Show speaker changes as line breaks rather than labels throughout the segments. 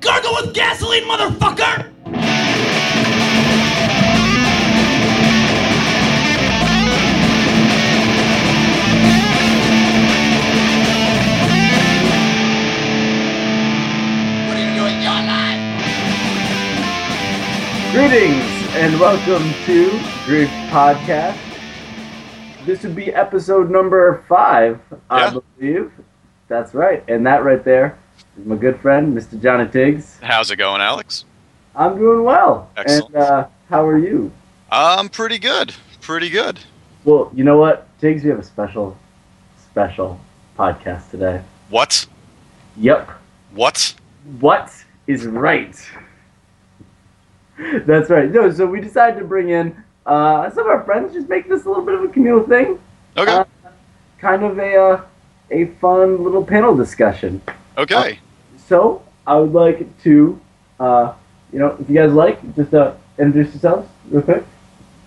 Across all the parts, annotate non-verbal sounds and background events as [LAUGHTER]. struggle with gasoline, motherfucker! What are you doing? You're alive!
Greetings and welcome to Grief Podcast. This would be episode number five, I
Yeah.
believe. That's right. And that right there is my good friend, Mr. Johnny Tiggs.
How's it going, Alex?
I'm doing well.
Excellent.
And uh, how are you?
I'm Um, pretty good. Pretty good.
Well, you know what, Tiggs, we have a special, special podcast today.
What?
Yep.
What?
What is right? [LAUGHS] That's right. No, so we decided to bring in uh, some of our friends, just make this a little bit of a communal thing.
Okay.
Uh, kind of a uh, a fun little panel discussion.
okay.
So I would like to, uh, you know, if you guys like, just uh, introduce yourselves real quick.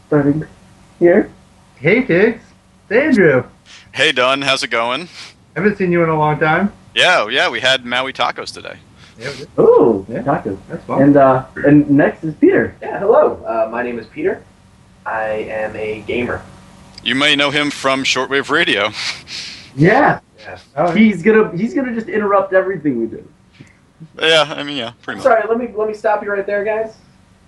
Starting here.
Hey, Tiggs. It's Andrew.
hey, Dunn. How's it going?
Haven't seen you in a long time.
Yeah, yeah. We had Maui tacos today.
Yeah,
Oh,
Yeah.
tacos.
that's fun.
And uh, and next is Peter.
Yeah, hello. Uh, my name is Peter. I am a gamer.
You may know him from shortwave radio.
Yeah,
Yes.
Oh,
[LAUGHS]
he's gonna he's gonna just interrupt everything we do.
yeah, I mean, yeah, pretty [LAUGHS] much.
Sorry, let me let me stop you right there, guys.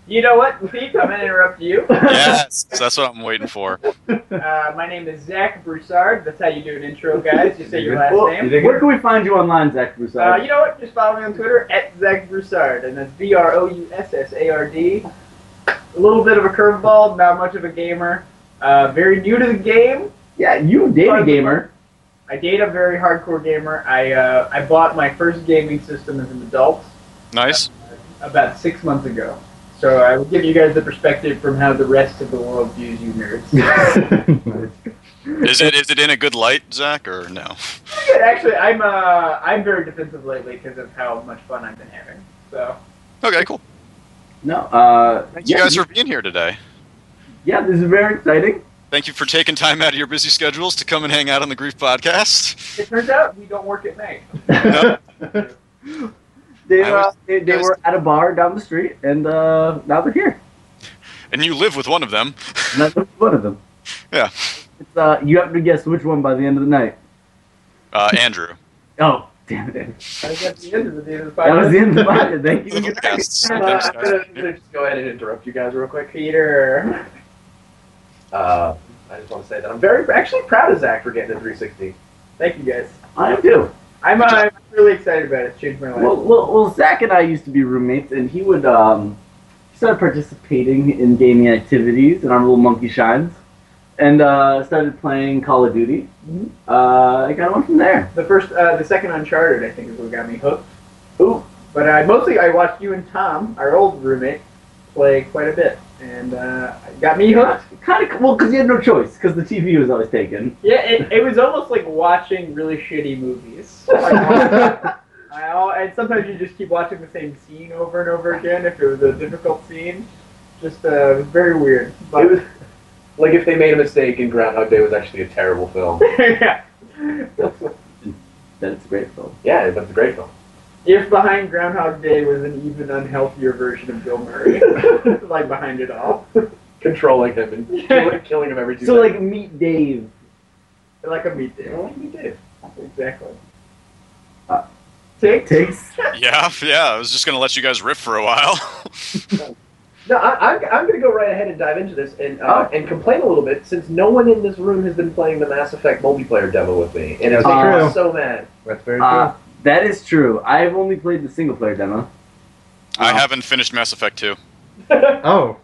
You know what, Pete? I'm gonna interrupt [LAUGHS] you.
[LAUGHS]
Yes, that's what I'm waiting for.
Uh, my name is Zach Broussard. That's how you do an intro, guys. You say your last
Well,
name.
where can we find you online, Zach
Uh,
Broussard?
you know what? Just follow me on Twitter at Zach Broussard, and that's B R O U S S A R D. A little bit of a curveball, not much of a gamer. Uh, very new to the game.
yeah, you data gamer.
I date a very hardcore gamer. I uh, I bought my first gaming system as an adult
Nice.
about six months ago. So I will give you guys the perspective from how the rest of the world views you nerds. [LAUGHS]
Is it is it in a good light, Zach, or no?
Pretty good, actually. I'm uh, I'm very defensive lately because of how much fun I've been having. So
Okay, cool.
No. Uh,
Thank you
yeah,
guys for being here today.
yeah, this is very exciting.
Thank you for taking time out of your busy schedules to come and hang out on the Grief Podcast.
it turns out we don't work at night.
No,
They,
I
uh,
was-
they, they
I was-
were at a bar down the street, and uh, now they're here.
and you live with one of them.
And that's one of them.
Yeah.
It's, uh, you have to guess which one by the end of the night.
Uh, Andrew.
Oh, damn it.
I guess the end of the day of the
That was the end of the night.
podcast.
Thank you.
Yes.
Uh,
Thanks,
I'm
guys.
gonna- I'm gonna just go ahead and interrupt you guys real quick, Peter.
[LAUGHS] Uh, I just want to say that I'm very actually proud of Zach for getting a 360.
Thank you guys.
I am too.
I'm uh, I'm really excited about it. It's changed my life.
Well, well, well, Zach and I used to be roommates, and he would um, he started participating in gaming activities in our little monkey shines, and uh, started playing Call of Duty.
Mhm.
Uh, I kind of went from there.
the first, uh, the second Uncharted, I think, is what got me hooked.
Ooh.
But I mostly I watched you and Tom, our old roommate, play quite a bit, and uh, it got me hooked.
Kind of well, because you had no choice, because the TV was always taken.
Yeah, it, it was almost like watching really shitty
[LAUGHS]
movies. I, al- and sometimes you just keep watching the same scene over and over again if it was a difficult scene. Just uh, it was very weird. But
It was like if they made a mistake and Groundhog Day was actually a terrible film.
[LAUGHS] yeah.
That's great film.
yeah, but it's a great film.
If behind Groundhog Day was an even unhealthier version of Bill Murray, [LAUGHS] like behind it all,
Controlling him and [LAUGHS] killing, killing him every two
So like
seconds.
meet Dave.
like a meat
Yeah,
day.
what you did.
Exactly.
Uh,
Take
Takes.
Yeah, yeah. I was just gonna let you guys riff for a while. [LAUGHS]
No, I, I'm, I'm going to go right ahead and dive into this and uh, and complain a little bit since no one in this room has been playing the Mass Effect multiplayer demo with me, and it's
That's
making
true.
me so mad. [LAUGHS]
that's very
Uh, that is true. I've only played the single player demo.
I
Uh,
haven't finished Mass Effect 2.
true. Oh,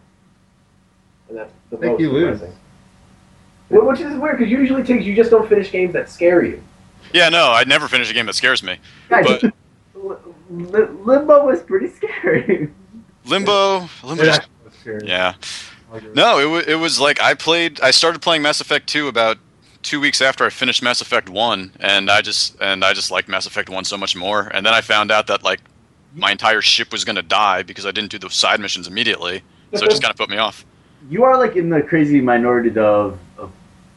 And that's the
I think
most
you lose.
depressing. Wh- Which is weird because usually takes you just don't finish games that scare you.
Yeah, no, I never finish a game that scares me.
Guys,
But
Li- Li- Limbo was pretty [LAUGHS] scary.
Limbo, Limbo.
It
just-
actually was serious.
yeah.
I'll give it-
No, it, w- it was like I played. I started playing Mass Effect 2 about two weeks after I finished Mass Effect 1, and I just and I just liked Mass Effect 1 so much more. And then I found out that like my entire ship was gonna die because I didn't do the side missions immediately. So it just kind of put me off
You are like in the crazy minority though of, of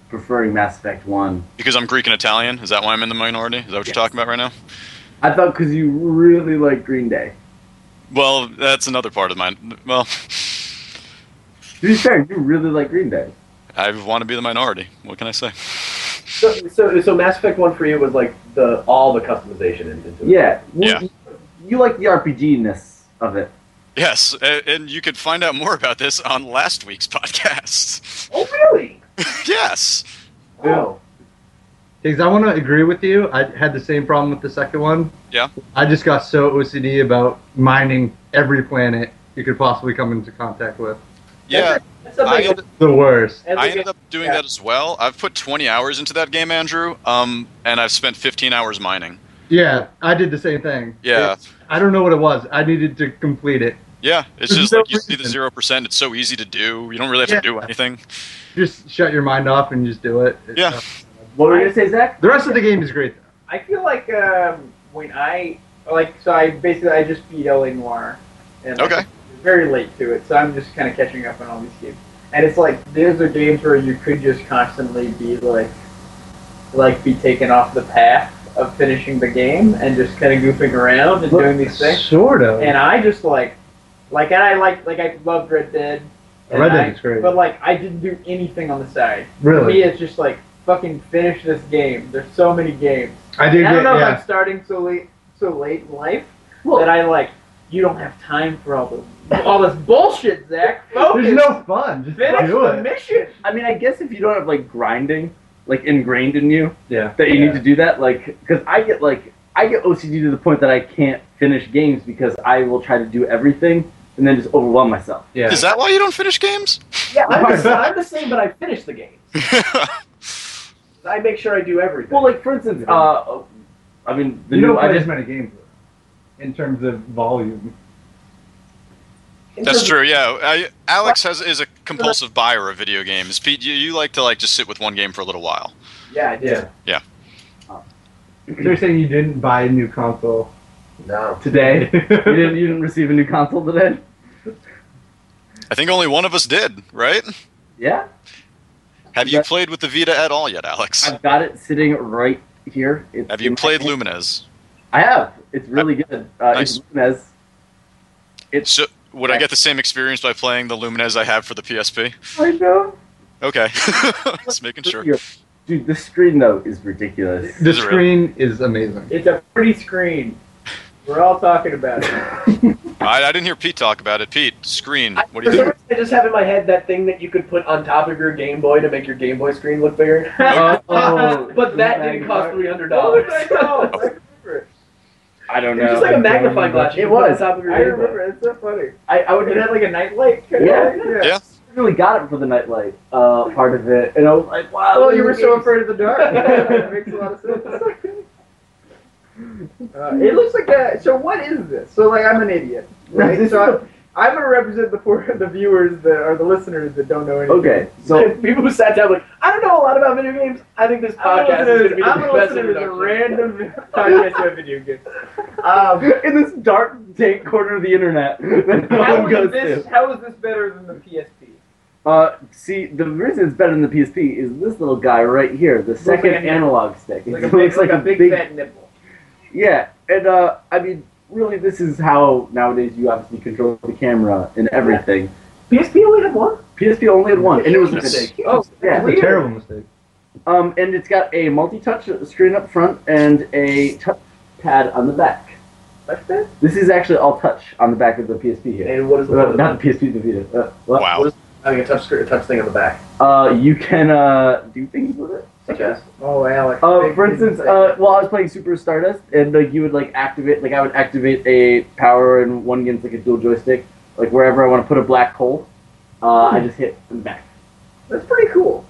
preferring Mass Effect One.
because I'm Greek and Italian. Is that why I'm in the minority? Is that what you're talking about right now?
I thought because you really like Green Day.
Well, that's another part of mine. Well,
To be fair, you really like Green Day.
I want to be the minority. What can I say?
So, so, so Mass Effect One for you was like the all the customization in- into it.
Yeah. You,
Yeah.
you like the RPG ness of it.
Yes, a- and you could find out more about this on last week's [LAUGHS] podcast.
Oh really?
yes.
Wow.
Because I want to agree with you. I had the same problem with the second one.
Yeah.
I just got so OCD about mining every planet you could possibly come into contact with.
Yeah,
That's
I,
something
end-
The worst.
as
I
a
ended
game-
up doing
yeah.
that as well. I've put 20 hours into that game, Andrew, um, and I've spent 15 hours mining.
Yeah, I did the same thing.
Yeah.
It- I don't know what it was. I needed to complete it.
Yeah, it's
There's
just
no
like you see the
reason.
zero percent. It's so easy to do. You don't really have to
Yeah.
do anything.
Just shut your mind off and just do it. It's,
Yeah.
uh,
What were you gonna say, Zach?
The rest of the game is great.
I feel like um, when I like, so I basically I just beat LA Noir, and like,
Okay.
very late to it, so I'm just kind of catching up on all these games. And it's like these are games where you could just constantly be like, like be taken off the path of finishing the game and just kind of goofing around and doing these things.
Sort of.
And I just like, like, and I like, like I loved Red Dead. and
Oh, Red Dead
I-
is great.
But like, I didn't do anything on the side. For
Really?
me, it's just like fucking finish this game. There's so many games.
I did.
And I don't
get-
know if
yeah.
I'm starting so late, so late in life
Well,
that I like. You don't have time for all this, all this bullshit, Zach.
[LAUGHS]
Focus.
There's no fun. Just
finish
do
the
it.
mission.
I mean, I guess if you don't have like grinding, like ingrained in you,
Yeah.
that you need to do that, like, because I get like I get OCD to the point that I can't finish games because I will try to do everything and then just overwhelm myself.
Yeah.
Is that why you don't finish games? [LAUGHS]
Yeah, I'm
[LAUGHS]
the, I'm the same, but I finish the game. I make sure I do everything.
Well, like for instance, uh, I mean, the
you
new
don't play
I
as
just
many games though, in terms of volume.
In
That's
terms
true. Yeah, I, Alex has is a compulsive buyer of video games. Pete, you, you like to like just sit with one game for a little while.
of- Yeah, I do.
Yeah.
Yeah.
They're saying you didn't buy a new console.
No.
[LAUGHS]
today. you didn't you didn't receive a new console today?
I think only one of us did, right?
Yeah,
Have you played with the Vita at all yet, Alex?
I've got it sitting right here. It's
Have you
in my
played
hand.
Lumines?
I have. It's really good. Uh, It's Lumines. It's.
So would I get the same experience by playing the Lumines I have for the PSP?
I know.
Okay, [LAUGHS] just making sure.
Dude, the screen though is ridiculous.
The
Is it
screen is amazing.
It's a pretty screen. We're all talking about it.
I, I didn't hear Pete talk about it. Pete, screen.
I,
What do
for
you
[LAUGHS] some
think?
reason, I just have in my head that thing that you could put on top of your Game Boy to make your Game Boy screen look bigger.
[LAUGHS]
Oh,
But that didn't cost three hundred
What
dollars.
was I
[LAUGHS]
called? I remember it.
I
Oh,
don't
It was just like
know.
a magnifying glass.
It
You put
was.
on top of your
I
Game Boy. [LAUGHS]
remember. it. It's so funny. Oh,
I, I would
It
have
had like a nightlight.
Yeah.
Yeah.
really got it for the nightlight uh, part of it, and I was like, wow.
Oh,
this
you were
is-
so afraid of the [LAUGHS] dark. that makes a lot of sense. Uh, it looks like a. So what is this? So like I'm an idiot, right?
This
so I, I'm gonna represent the poor, the viewers that or the listeners that don't know anything.
Okay, so
people who sat down like, I don't know a lot about video games. I think this
I'm
podcast
gonna
is
listen
going to
to,
be
I'm
the
gonna
best
listen to this
introduction.
random podcast about video games. Um,
[LAUGHS] in this dark, dank corner of the internet [LAUGHS] that no
how
one
is
goes
this?
to.
How is this better than the PSP?
Uh, see, the reason it's better than the PSP is this little guy right here, the second
like a-
analog stick. It
Like a big,
looks like a
big,
big
fat nipple.
Yeah, and uh, I mean, really, this is how nowadays you obviously control the camera and everything.
PSP only had one.
PSP only had one, and it was a
Yes.
mistake.
Oh,
Yeah.
That's a terrible mistake.
Um, and it's got a multi-touch screen up front and a touch pad on the back.
That's it.
This is actually all touch on the back of the PSP here.
And what is the
Uh,
one?
not the PSP, the Vita. Uh, what?
Wow.
What is having a touch screen, a touch thing on the back?
Uh, you can uh, do things with it.
Such as
Oh, Alex.
Uh,
big
for instance,
mistake.
uh, while I was playing Super Stardust, and like you would like activate, like I would activate a power and one against like a dual joystick, like wherever I want to put a black hole, uh,
Hmm.
I just hit and back.
that's pretty cool.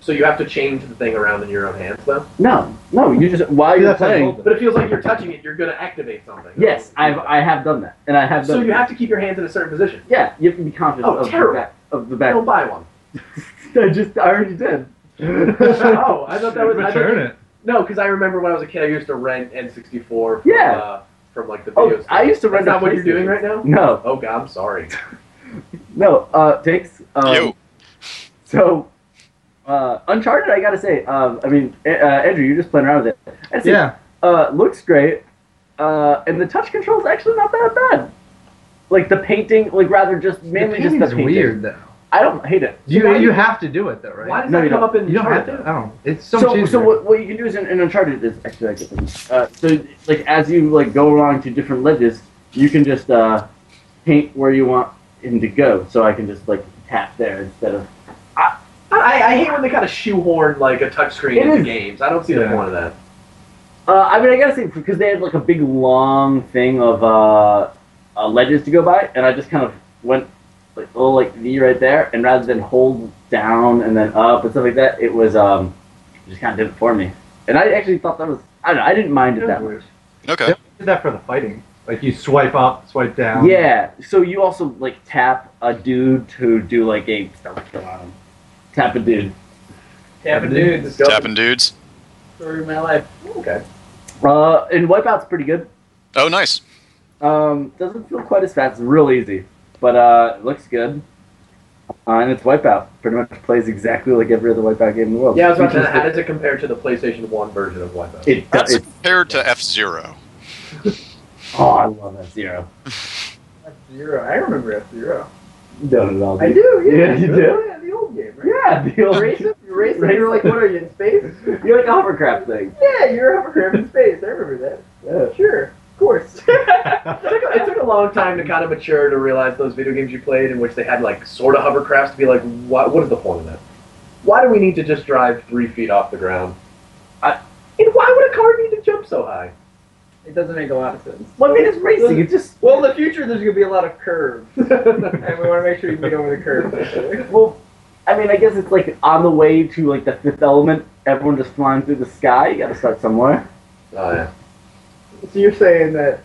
so you have to change the thing around in your own hands though.
No, no, you just while you're
That's how
playing.
old it
[LAUGHS] But it feels like you're touching it. You're going to activate something.
Yes, I've I have done that, and I have done.
So you
that.
have to keep your hands in a certain position.
Yeah, you have to be conscious
Oh,
of, the
terrible. Oh.
back, of the back.
Don't buy one.
[LAUGHS]
[LAUGHS]
I just I already did.
is.
oh, I thought that was. I thought,
Return it.
No, because I remember when I was a kid, I used to rent N64 from,
Yeah.
uh, from like the
Oh,
video store.
I used to
That's
rent a
not what you're doing
PlayStation.
right now?
No,
Oh, God, I'm sorry.
no. Uh, takes. Um,
Yo,
So, uh, Uncharted, I gotta say, um, I mean, A- uh, Andrew, you're just playing around with it. I'd say,
Yeah.
Uh, looks great. Uh, and the touch control's actually not that bad. Like the painting, like rather just mainly just the
painting's
painting.
weird though.
I don't hate it.
You
why
you
you-
have to do it though, right?
Why does
No,
that
you
come
don't.
up in
you don't have
Uncharted?
to. I don't. It's so,
So,
much
so,
easier.
what, what you can do is in, in Uncharted is actually I get this. Uh, so like as you like go along to different ledges, you can just uh, paint where you want him to go. So I can just like tap there instead of
I, I hate when they kind of shoehorn like a touchscreen
It
into
is.
games. I don't see the
Yeah.
point of that.
Uh, I mean, I guess it, because they had like a big long thing of uh, uh, ledges to go by, and I just kind of went like a little like V right there, and rather than hold down and then up and stuff like that, it was um, it just kind of did it for me. And I actually thought that was I don't know, I didn't mind it that much.
Okay.
Yep. Did that for the fighting? Like you swipe up, swipe down. [LAUGHS]
Yeah. So you also like tap a dude to do like a stealth kill on him. Tap a dude.
Tapping dudes.
Disgusting.
Tapping dudes.
Story of my life.
Okay.
Uh, and wipeout's pretty good.
Oh, nice.
Um, doesn't feel quite as fast. It's real easy, but uh, it looks good. Uh, and it's Wipeout. Pretty much plays exactly like every other Wipeout game in the world.
Yeah, I was about to say,
Which is-
how does it compare to the PlayStation One version of Wipeout?
It does.
That's
It,
compared to F Zero.
oh, I love that zero.
F Zero. I remember F Zero.
Don't at all.
I
dude.
do. Yeah,
Yeah, you do.
Yeah, the old game, right?
Yeah, [LAUGHS] the
You
old,
race it. You race it.
Race
You're like,
it.
what are you in space?
you're like a hovercraft thing.
yeah, you're hovercraft in space. I remember
Yeah.
that. Sure, of course. [LAUGHS]
It took, a, it took a long time to kind of mature to realize those video games you played in which they had like sort of hovercrafts to be like, what, what is the point of that? Why do we need to just drive three feet off the ground?
I-
and why would a car need to jump so high?
It doesn't make a lot of sense.
Well, I mean, it's racing. It's just
Well, in the future, there's gonna be a lot of [LAUGHS] curves, and we want to make sure you get over the curve.
well. I mean, I guess it's like on the way to like the fifth element. Everyone just flying through the sky. You got to start somewhere.
Oh, yeah.
[LAUGHS] So you're saying that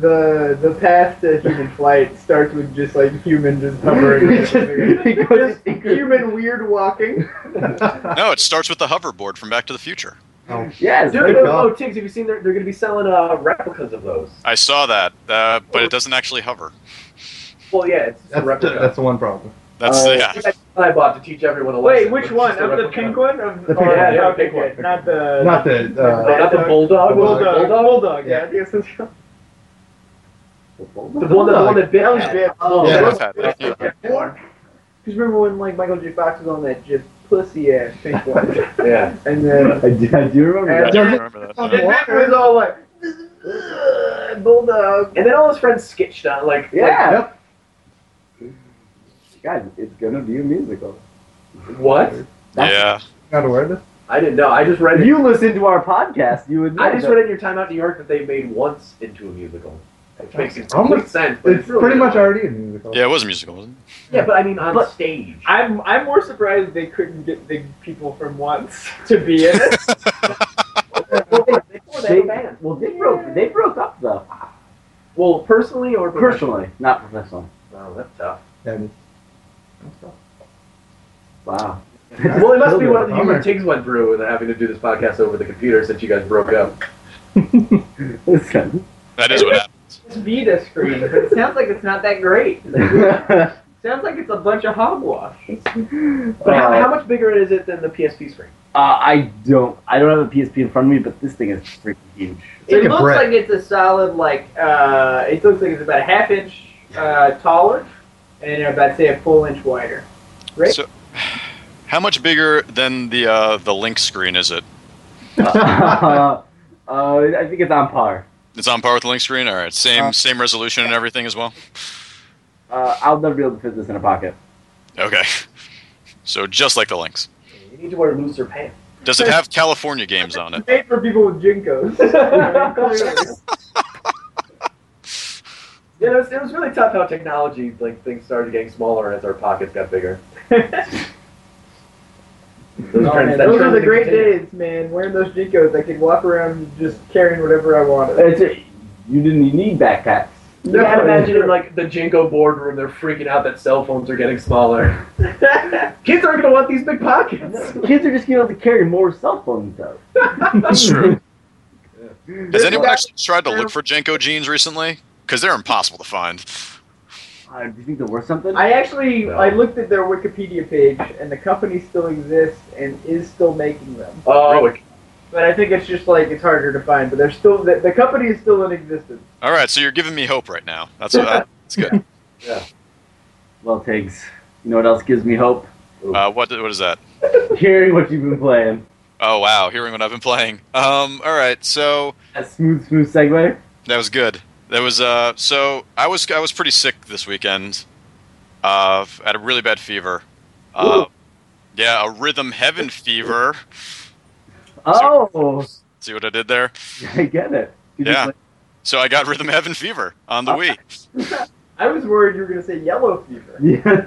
the the path to human flight starts with just like human just
[LAUGHS]
hovering,
It just- it goes-
just human weird walking.
No, it starts with the hoverboard from Back to the Future.
Oh,
Yes.
Dude,
Good
oh,
call.
oh, Tiggs, have you seen they're, they're going to be selling uh, replicas of those?
I saw that, uh, but it doesn't actually hover.
Well, yeah, it's a
that's,
replica.
the, that's the one problem.
That's
Uh,
yeah.
That's what I bought to teach everyone a lesson.
Wait, which
It's
one?
just a
Of the
replica.
pink one? Of
The pink
oh,
one.
yeah,
Yeah,
no,
pink
pink
one.
one. Not the
Not the, uh,
Oh, not the bulldog.
bulldog.
The
Bulldog. Bulldog. oh, Yeah, yes, that's
The one, that- the one that bit.
That was bad. Oh,
Yeah.
I've had that, yeah.
Because remember when like Michael J. Fox was on that just pussy ass [LAUGHS] pink one,
Yeah.
and then
I do, I do remember
I
that.
Yeah.
remember that.
and Matt was all like "Ugh, bulldog.
And then all his friends sketched out like,
Yeah.
Yep.
Guys, it's gonna be a musical.
like, what?
That's-
Yeah.
Not aware of this.
I didn't know. I just read.
If
It.
you listen to our podcast, you would. Know
I just
that-
read in your time out in New York that they made once into a musical, which makes complete
Almost-
sense. But
It's
really
pretty much
not.
already a musical.
Yeah, it was a musical, wasn't
Yeah, but I mean on
But-
stage.
I'm I'm more surprised they couldn't get the people from once [LAUGHS] to be
[LAUGHS]
in it.
well, they, they, they,
They,
had a band.
well, they broke. They broke up though.
Well, personally or
Personally, not professionally.
Oh, that's tough.
And
Wow.
Well, it must be one of the you
Bummer.
and Tiggs went through and having to do this podcast over the computer since you guys broke up.
Listen.
it? That is what happened.
It's Vita screen, but it sounds like it's not that great.
[LAUGHS] Uh,
sounds like it's a bunch of [LAUGHS] hogwash.
But how,
Uh,
how much bigger is it than the PSP screen?
I don't. I don't have a PSP in front of me, but this thing is freaking
[LAUGHS]
huge.
Take
it
a
looks
breath.
like it's a solid like uh, it looks like it's about a half inch uh, taller and about say a full inch wider. Right?
So, how much bigger than the uh, the link screen is it?
Uh, [LAUGHS] uh, I think it's on par.
It's on par with the link screen. All right, same
Uh,
same resolution and everything as well.
Uh, I'll never be able to fit this in a pocket.
Okay, [LAUGHS] so just like the links.
You need to wear looser pants.
Does it have California games on it?
It's made for people with [LAUGHS] jinkos. I mean, clearly.
Yeah, it was, it was really tough how technology like things started getting smaller as our pockets got bigger. Those,
Oh, man, Those are the great days, man. Wearing those jinkos, I could walk around just carrying whatever I wanted.
It's a, you didn't need backpacks.
You gotta imagine in like the Jinko boardroom, they're freaking out that cell phones are getting smaller. Kids aren't gonna want these big pockets.
Kids are just gonna have to carry more cell phones though.
That's true. Has
Yeah.
anyone actually tried to look for Jenko jeans recently? Because they're impossible to find.
Uh, do you think there was something?
I actually I looked at their Wikipedia page, and the company still exists and is still making them.
Oh,
But I think it's just like it's harder to find. But they're still the, the company is still in existence.
All right, so you're giving me hope right now. That's what I, It's good.
Well, Tiggs, you know what else gives me hope?
Uh, what what is that?
Hearing what you've been playing.
Oh wow, hearing what I've been playing. Um, all right, so
That smooth, smooth segue.
That was good. That was uh. So I was I was pretty sick this weekend. Uh, f- had a really bad fever. Uh, yeah, a rhythm heaven fever.
Oh,
See what I did there?
I get it. Did you
Yeah.
play-
So I got rhythm heaven fever on
Uh,
the Wii.
I was worried you were going to say yellow fever.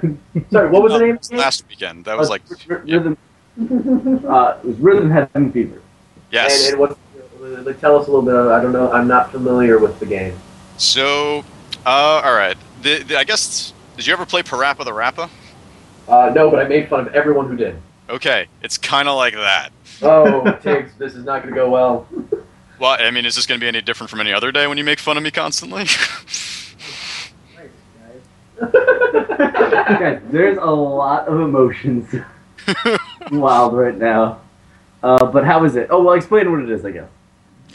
[LAUGHS] Yeah.
Sorry, what was the
No,
name? Oh,
it was Last weekend. That was like
R- rhythm. Uh, it was rhythm heaven fever.
yes.
And, and what? Tell us a little bit. Of, I don't know. I'm not familiar with the game.
So uh, all right. The, the, I guess did you ever play Parappa the Rappa?
Uh, no, but I made fun of everyone who did.
Okay, it's kind of like that.
Oh, Tiggs, this is not going to go well.
Well, I mean, is this going to be any different from any other day when you make fun of me constantly? [LAUGHS]
Thanks, guys.
Guys, there's a lot of
[LAUGHS]
emotions wild right now. Uh, but how is it? Oh well, explain what it is, I guess.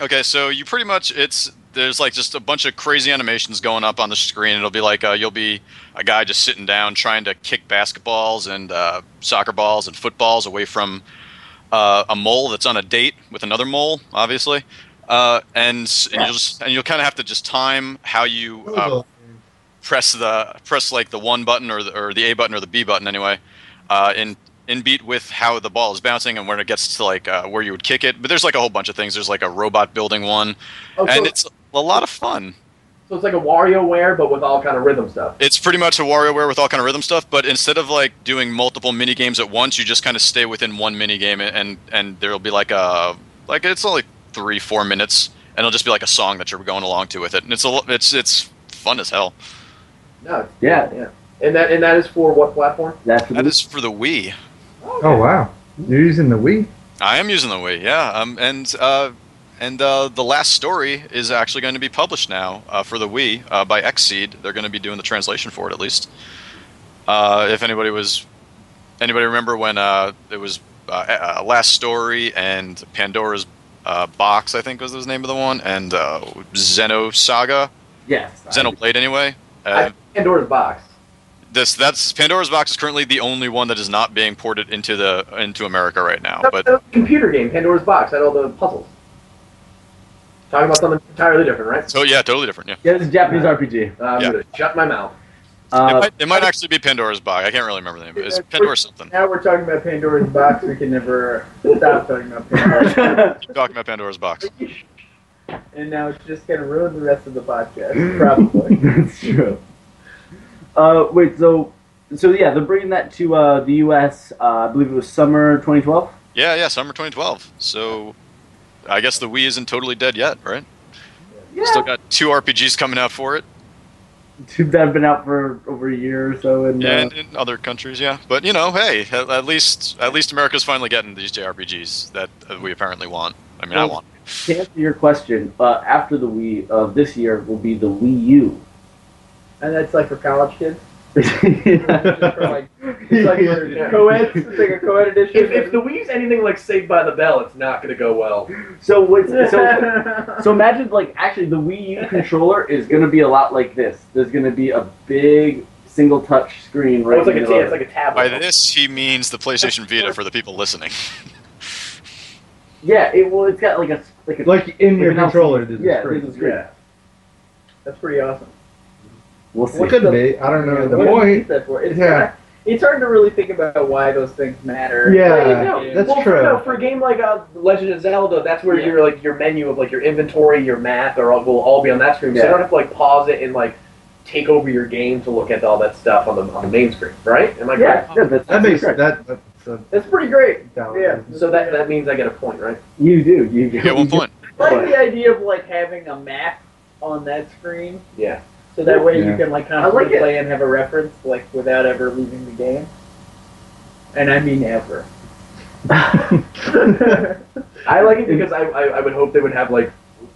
Okay, so you pretty much it's there's like just a bunch of crazy animations going up on the screen. It'll be like uh, you'll be a guy just sitting down trying to kick basketballs and uh, soccer balls and footballs away from uh, a mole that's on a date with another mole, obviously. Uh, and s- and you'll just, and you'll kind of have to just time how you uh, press the press like the one button or the, or the A button or the B button anyway, uh, in in beat with how the ball is bouncing and when it gets to like uh, where you would kick it. But there's like a whole bunch of things. There's like a robot building one,
Oh,
and
so,
it's a lot of fun.
so it's like a WarioWare, but with all kind of rhythm stuff.
It's pretty much a WarioWare with all kind of rhythm stuff, but instead of like doing multiple mini games at once, you just kind of stay within one mini game, and and there'll be like a like it's only three four minutes, and it'll just be like a song that you're going along to with it, and it's a lo- it's it's fun as hell.
No, it's-
Yeah.
yeah. And that and that is for what platform?
That's what
That
it
is for the Wii.
[LAUGHS] Oh wow, you're using the Wii.
I am using the Wii, yeah. Um, and uh, and uh, the last story is actually going to be published now uh, for the Wii uh, by Xseed. They're going to be doing the translation for it at least. Uh, if anybody was, anybody remember when uh, it was uh, uh, Last Story and Pandora's uh, Box, I think was the name of the one, and uh, Xeno Saga,
Yes. I-
Xenoblade anyway.
I
Uh,
think Pandora's box.
this that's Pandora's Box is currently the only one that is not being ported into the into America right now,
That-
oh, but.
that was a computer game, Pandora's box, had all the puzzles. Talking about something entirely different, right?
So yeah, totally different. Yeah.
Yeah, this is Japanese RPG.
Uh, I'm
Yeah.
gonna shut my mouth.
it,
Uh,
might, it might actually be Pandora's box. I can't really remember the name. It's
Yeah,
Pandora something.
Now we're talking about Pandora's box. We can never stop talking about Pandora's box.
[LAUGHS]
[LAUGHS] Keep talking about Pandora's box.
And now it's just going to ruin the rest of the
[LAUGHS]
podcast,
[LAUGHS]
probably.
That's true. Uh, wait, so so yeah, they're bringing that to uh, the U.S. Uh, I believe it was summer [LAUGHS] 2012.
Yeah, yeah, summer 2012. So I guess the Wii isn't totally dead yet, right? Still got two RPGs coming out for it.
Too bad I've been out for over a year or so, and,
Yeah,
uh,
and in other countries, yeah. But you know, hey, at, at least at least America's finally getting these JRPGs that uh, we apparently want. I mean, I
Well-
want.
to answer your question, uh, after the Wii of this year will be the Wii U. [LAUGHS]
And that's like for college kids. Just
yeah.
for like, [LAUGHS]
[LAUGHS]
it's like for
Yeah.
co-eds. It's like a co-ed edition.
If, if the Wii's anything like Saved by the Bell, it's not going to go well.
So what's so
[LAUGHS]
So imagine, like, actually, the Wii U controller is going to be a lot like this. There's going to be a big single touch screen
Oh,
right
it's like a
in
it's
the middle.
like a
By
tablet.
this, he means the PlayStation Vita for the people listening.
Yeah, it will. It's got like a like a
Like in
like
your
an LCD.
controller, this
yeah,
is great.
this is great.
yeah. That's pretty awesome.
We'll
What
see.
could be? I don't know. The
What do you
point.
use that for? It's,
Yeah.
it's hard to really think about why those things matter.
Right,
Yeah,
no,
that's
well,
true.
For, no, for a game like uh, Legend of Zelda, that's where
Yeah.
your like your menu of like your inventory, your map, or all, will all be on that screen. So
Yeah.
you don't have to like pause it and like take over your game to look at all that stuff on the on the main screen, right? Am I
Yeah,
correct?
yeah, that's,
That makes
correct.
that. That's a
That's pretty great.
valid
Yeah.
reason.
So that that means I get a point, right?
You do. You
You get one point.
I like the idea of like having a map on that screen,
Yeah.
so that way you
Yeah.
can like
I like
constantly
it.
play and have a reference, like without ever leaving the game. And I mean ever.
I like it because I, I I would hope they would have like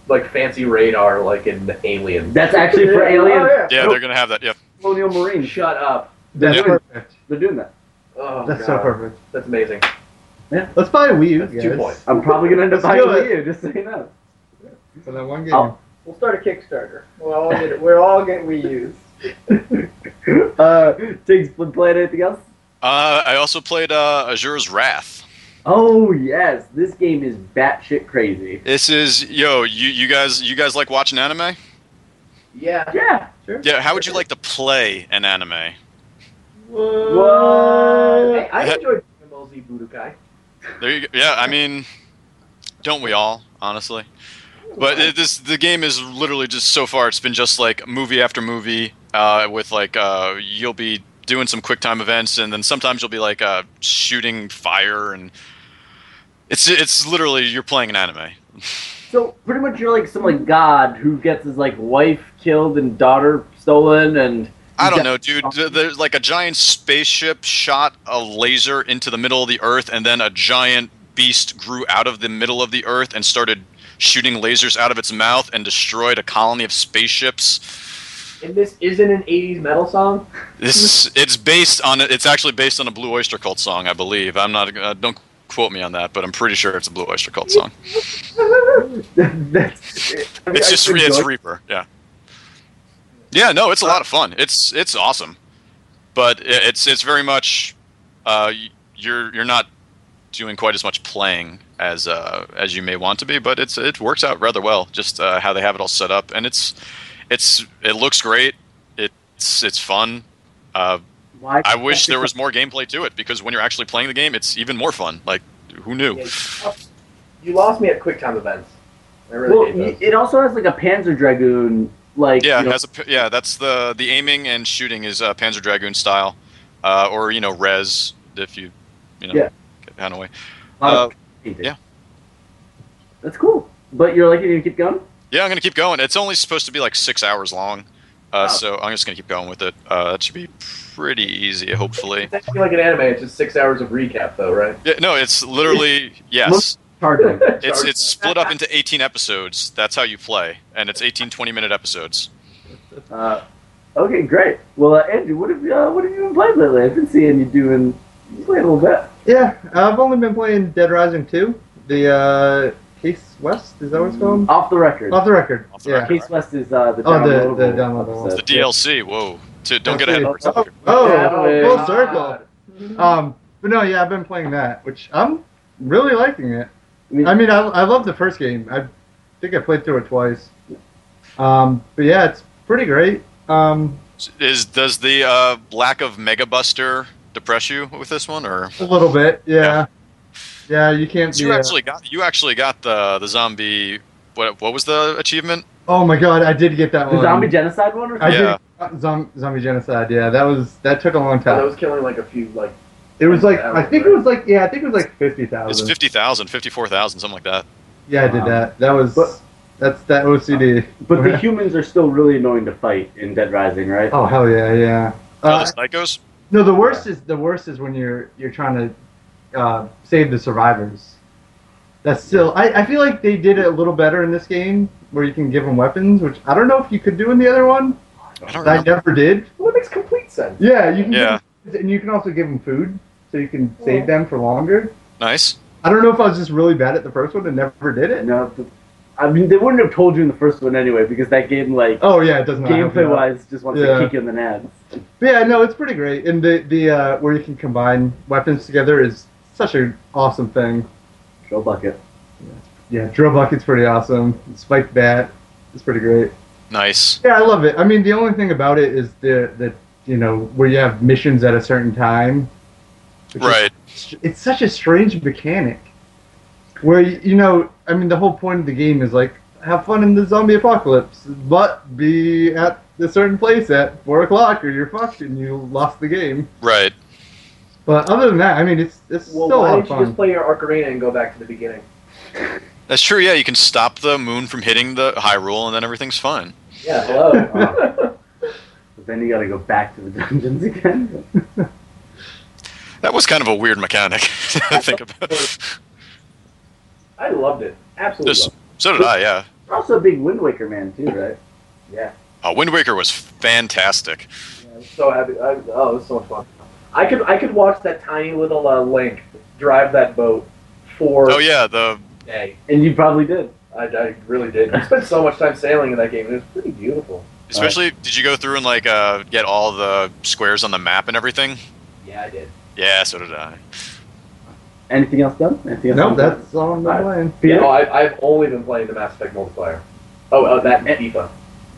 like fancy radar like in Alien.
That's actually for
Yeah.
Alien
Oh,
Yeah, they're gonna have that. Yeah.
Colonial Marines.
Shut up.
[LAUGHS] That's
Yeah.
perfect.
They're doing that.
Oh,
That's so
God.
perfect.
That's amazing.
Let's buy a Wii U,
That's two
guys.
points.
I'm probably gonna end up
Let's
buying a
do
Wii U. Just so you know.
For that one game.
I'll-
Oh.
We'll start a Kickstarter. We'll all get we'll all get Wii
[LAUGHS]
U's.
uh, Tiggs played anything else?
Uh, I also played uh, Azure's Wrath.
Oh yes, this game is batshit crazy.
This is yo, you you guys you guys like watching anime?
Yeah.
Yeah.
Sure.
Yeah. How would you like to play an anime?
Hey,
What?
I enjoyed MLZ Budokai.
There you go. Yeah, I mean, don't we all, honestly? But it, this the game is literally just so far. It's been just like movie after movie uh, with like uh, you'll be doing some quick time events, and then sometimes you'll be like uh, shooting fire, and it's it's literally you're playing an anime.
So pretty much you're like some like god who gets his like wife killed and daughter stolen and
I don't
Yeah.
know, dude. Th- There's like a giant spaceship shot a laser into the middle of the Earth, and then a giant beast grew out of the middle of the Earth and started shooting lasers out of its mouth and destroyed a colony of spaceships.
And this isn't an 80s metal song.
This it's based on it's actually based on a Blue Oyster Cult song, I believe. I'm not uh, don't quote me on that, but I'm pretty sure it's a Blue Oyster Cult song.
[LAUGHS]
that's I mean,
It's
I
just
could
re- it's
go-
Reaper, yeah. Yeah, no, it's a lot of fun. It's it's awesome, but i- it's it's very much uh, y- you're you're not doing quite as much playing as uh, as you may want to be, but it's it works out rather well. Just uh, how they have it all set up, and it's it's it looks great. It's it's fun. Uh,
Why-
I wish there was more gameplay to it because when you're actually playing the game, it's even more fun. Like who knew?
Yeah, You lost me at quick time events. I really
Well,
hate those.
y- it also has like a Panzer Dragoon like
Yeah,
you know,
it has a p yeah. That's the the aiming and shooting is uh, Panzer Dragoon style, uh, or you know res if you you know
Yeah.
get down away.
lot
Uh,
of painting.
yeah.
That's cool. But you're like, you gonna keep going?
yeah, I'm gonna keep going. It's only supposed to be like six hours long, uh,
Oh.
so I'm just gonna keep going with it. Uh, that should be pretty easy, hopefully.
It's actually like an anime. It's just six hours of recap, though, right? [LAUGHS]
Yeah, no, it's literally yes.
Most- Charging.
It's
Sorry.
it's split up into 18 episodes. That's how you play, and it's 18 20 minute episodes.
[LAUGHS] Uh, okay, great. Well, uh, Andrew, what have you uh, what have you been playing lately? I've been seeing you doing you play a little bit.
Yeah, I've only been playing Dead Rising 2, the uh, Case West, is that what it's called?
Off the record.
Off the record.
Off the
yeah.
record.
Case West is uh, the
Oh, the-
downloadable
the downloadable
The
episode.
DLC. Whoa, To- don't get ahead of
Okay.
yourself.
Oh,
Yeah,
full
man.
circle. Um, but no, yeah, I've been playing that, which I'm really liking it.
I mean,
I mean, I, I love the first game. I think I played through it twice. Um, but yeah, it's pretty great. Um,
Is does the uh, lack of Mega Buster depress you with this one, or
a little bit, yeah. Yeah, you can't
you
be. uh,
actually got you actually got the the zombie? What what was the achievement?
oh my god, I did get that
the
one.
zombie genocide one or
I
something?
Yeah.
did zom- zombie genocide. Yeah, that was that took a long
So [LAUGHS] that
time.
was killing like a few, like
It was like
that
I
was
think it
great.
was like yeah, I think it was like fifty
It's
thousand.
50,000, 54,000, something like that.
Yeah, I did
Wow.
that. That was
But-
that's that OCD.
But
[LAUGHS]
the humans are still really annoying to fight in Dead Rising, right?
oh hell yeah, yeah.
Uh,
Uh,
the psychos.
no, the worst is the worst is when you're you're trying to uh, save the survivors. That's still I, I feel like they did it a little better in this game where you can give them weapons, which I don't know if you could do in the other one.
I don't
but I
remember.
never did.
well, it makes complete sense.
Yeah, you can.
Yeah.
Give them, and you can also give them food, so you can save them for longer.
Nice.
I don't know if I was just really bad at the first one and never did it.
No, but- I mean, they wouldn't have told you in the first one anyway because that game, like,
Oh yeah, it doesn't.
gameplay wise, just wants
Yeah.
to kick you in the nuts.
Yeah, no, it's pretty great, and the the uh, where you can combine weapons together is such an awesome thing.
Go bucket.
Yeah, drill bucket's pretty awesome. Spiked bat is pretty great.
Nice.
Yeah, I love it. I mean, the only thing about it is the the you know where you have missions at a certain time. which is
Right.
str- it's such a strange mechanic where y- you know i mean the whole point of the game is like have fun in the zombie apocalypse but be at a certain place at four o'clock or you're fucked and you lost the game
Right.
but other than that i mean it's it's
Well,
still a
why
lot of
didn't you
fun
just play your Arcarena and go back to the beginning?
That's true. Yeah, you can stop the moon from hitting the Hyrule, and then everything's fine.
Yeah, hello.
Oh. but then you gotta go back to the [LAUGHS] dungeons again.
That was kind of a weird mechanic. [LAUGHS] to think about.
I loved it. Absolutely.
Just
loved
so did I. Yeah.
You're also a big Wind Waker man too, right?
it. Yeah.
Uh, Wind Waker was fantastic.
yeah. I'm so happy. I, oh, it was so much fun. I could I could watch that tiny little uh, Link drive that boat for
Oh yeah, the
a day.
[LAUGHS] And you probably did.
I, I really did. I spent so much time sailing in that game. and It was pretty beautiful.
Especially, did you go through and like uh, get all the squares on the map and everything?
Yeah, I did.
Yeah, so did I.
Anything else done? Anything else
No,
done?
that's all I'm
Alright.
playing.
Peter,
No, I, I've only been playing the Mass Effect multiplayer. Oh, uh, that and FIFA.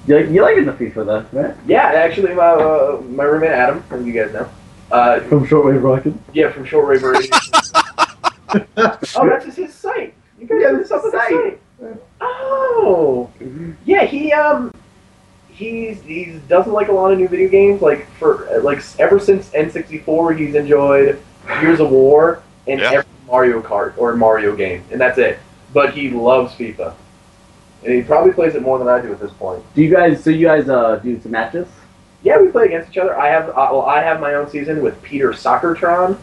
you, like, you like it the FIFA though, right?
Yeah, actually, my uh, my roommate Adam, who you guys know, uh,
From Shortwave Rocket.
yeah, from Shortwave Radio. oh, that's just his site. You guys
Yeah,
have this up
his
with the site. Oh, yeah, he um, he's he doesn't like a lot of new video games. Like for like ever since N64, he's enjoyed Years of War and
Yeah.
every Mario Kart or Mario game, and that's it. But he loves FIFA, and he probably plays it more than I do at this point.
Do you guys? So you guys uh, do some matches?
Yeah, we play against each other. I have uh, well, I have my own season with Peter Soccertron,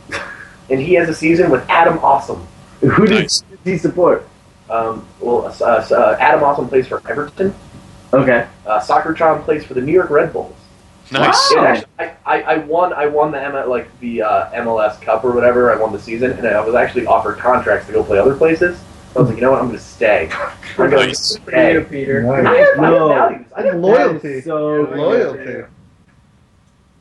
and he has a season with Adam Awesome.
[LAUGHS] Who do you-
Nice.
do you support?
Um, well, uh, uh, Adam Awesome plays for Everton.
Okay.
Uh, Soccertron plays for the New York Red Bulls.
Nice.
Yeah, actually, I, I, I won I won the M- like the uh, MLS Cup or whatever. I won the season, and I was actually offered contracts to go play other places. I was like, you know what, I'm going to stay. I'm going to
Nice.
Good for you,
stay.
Peter.
I
Nice.
have, I have
No.
values. I have
That
Loyalty.
is So
Yeah.
loyal.
Loyalty.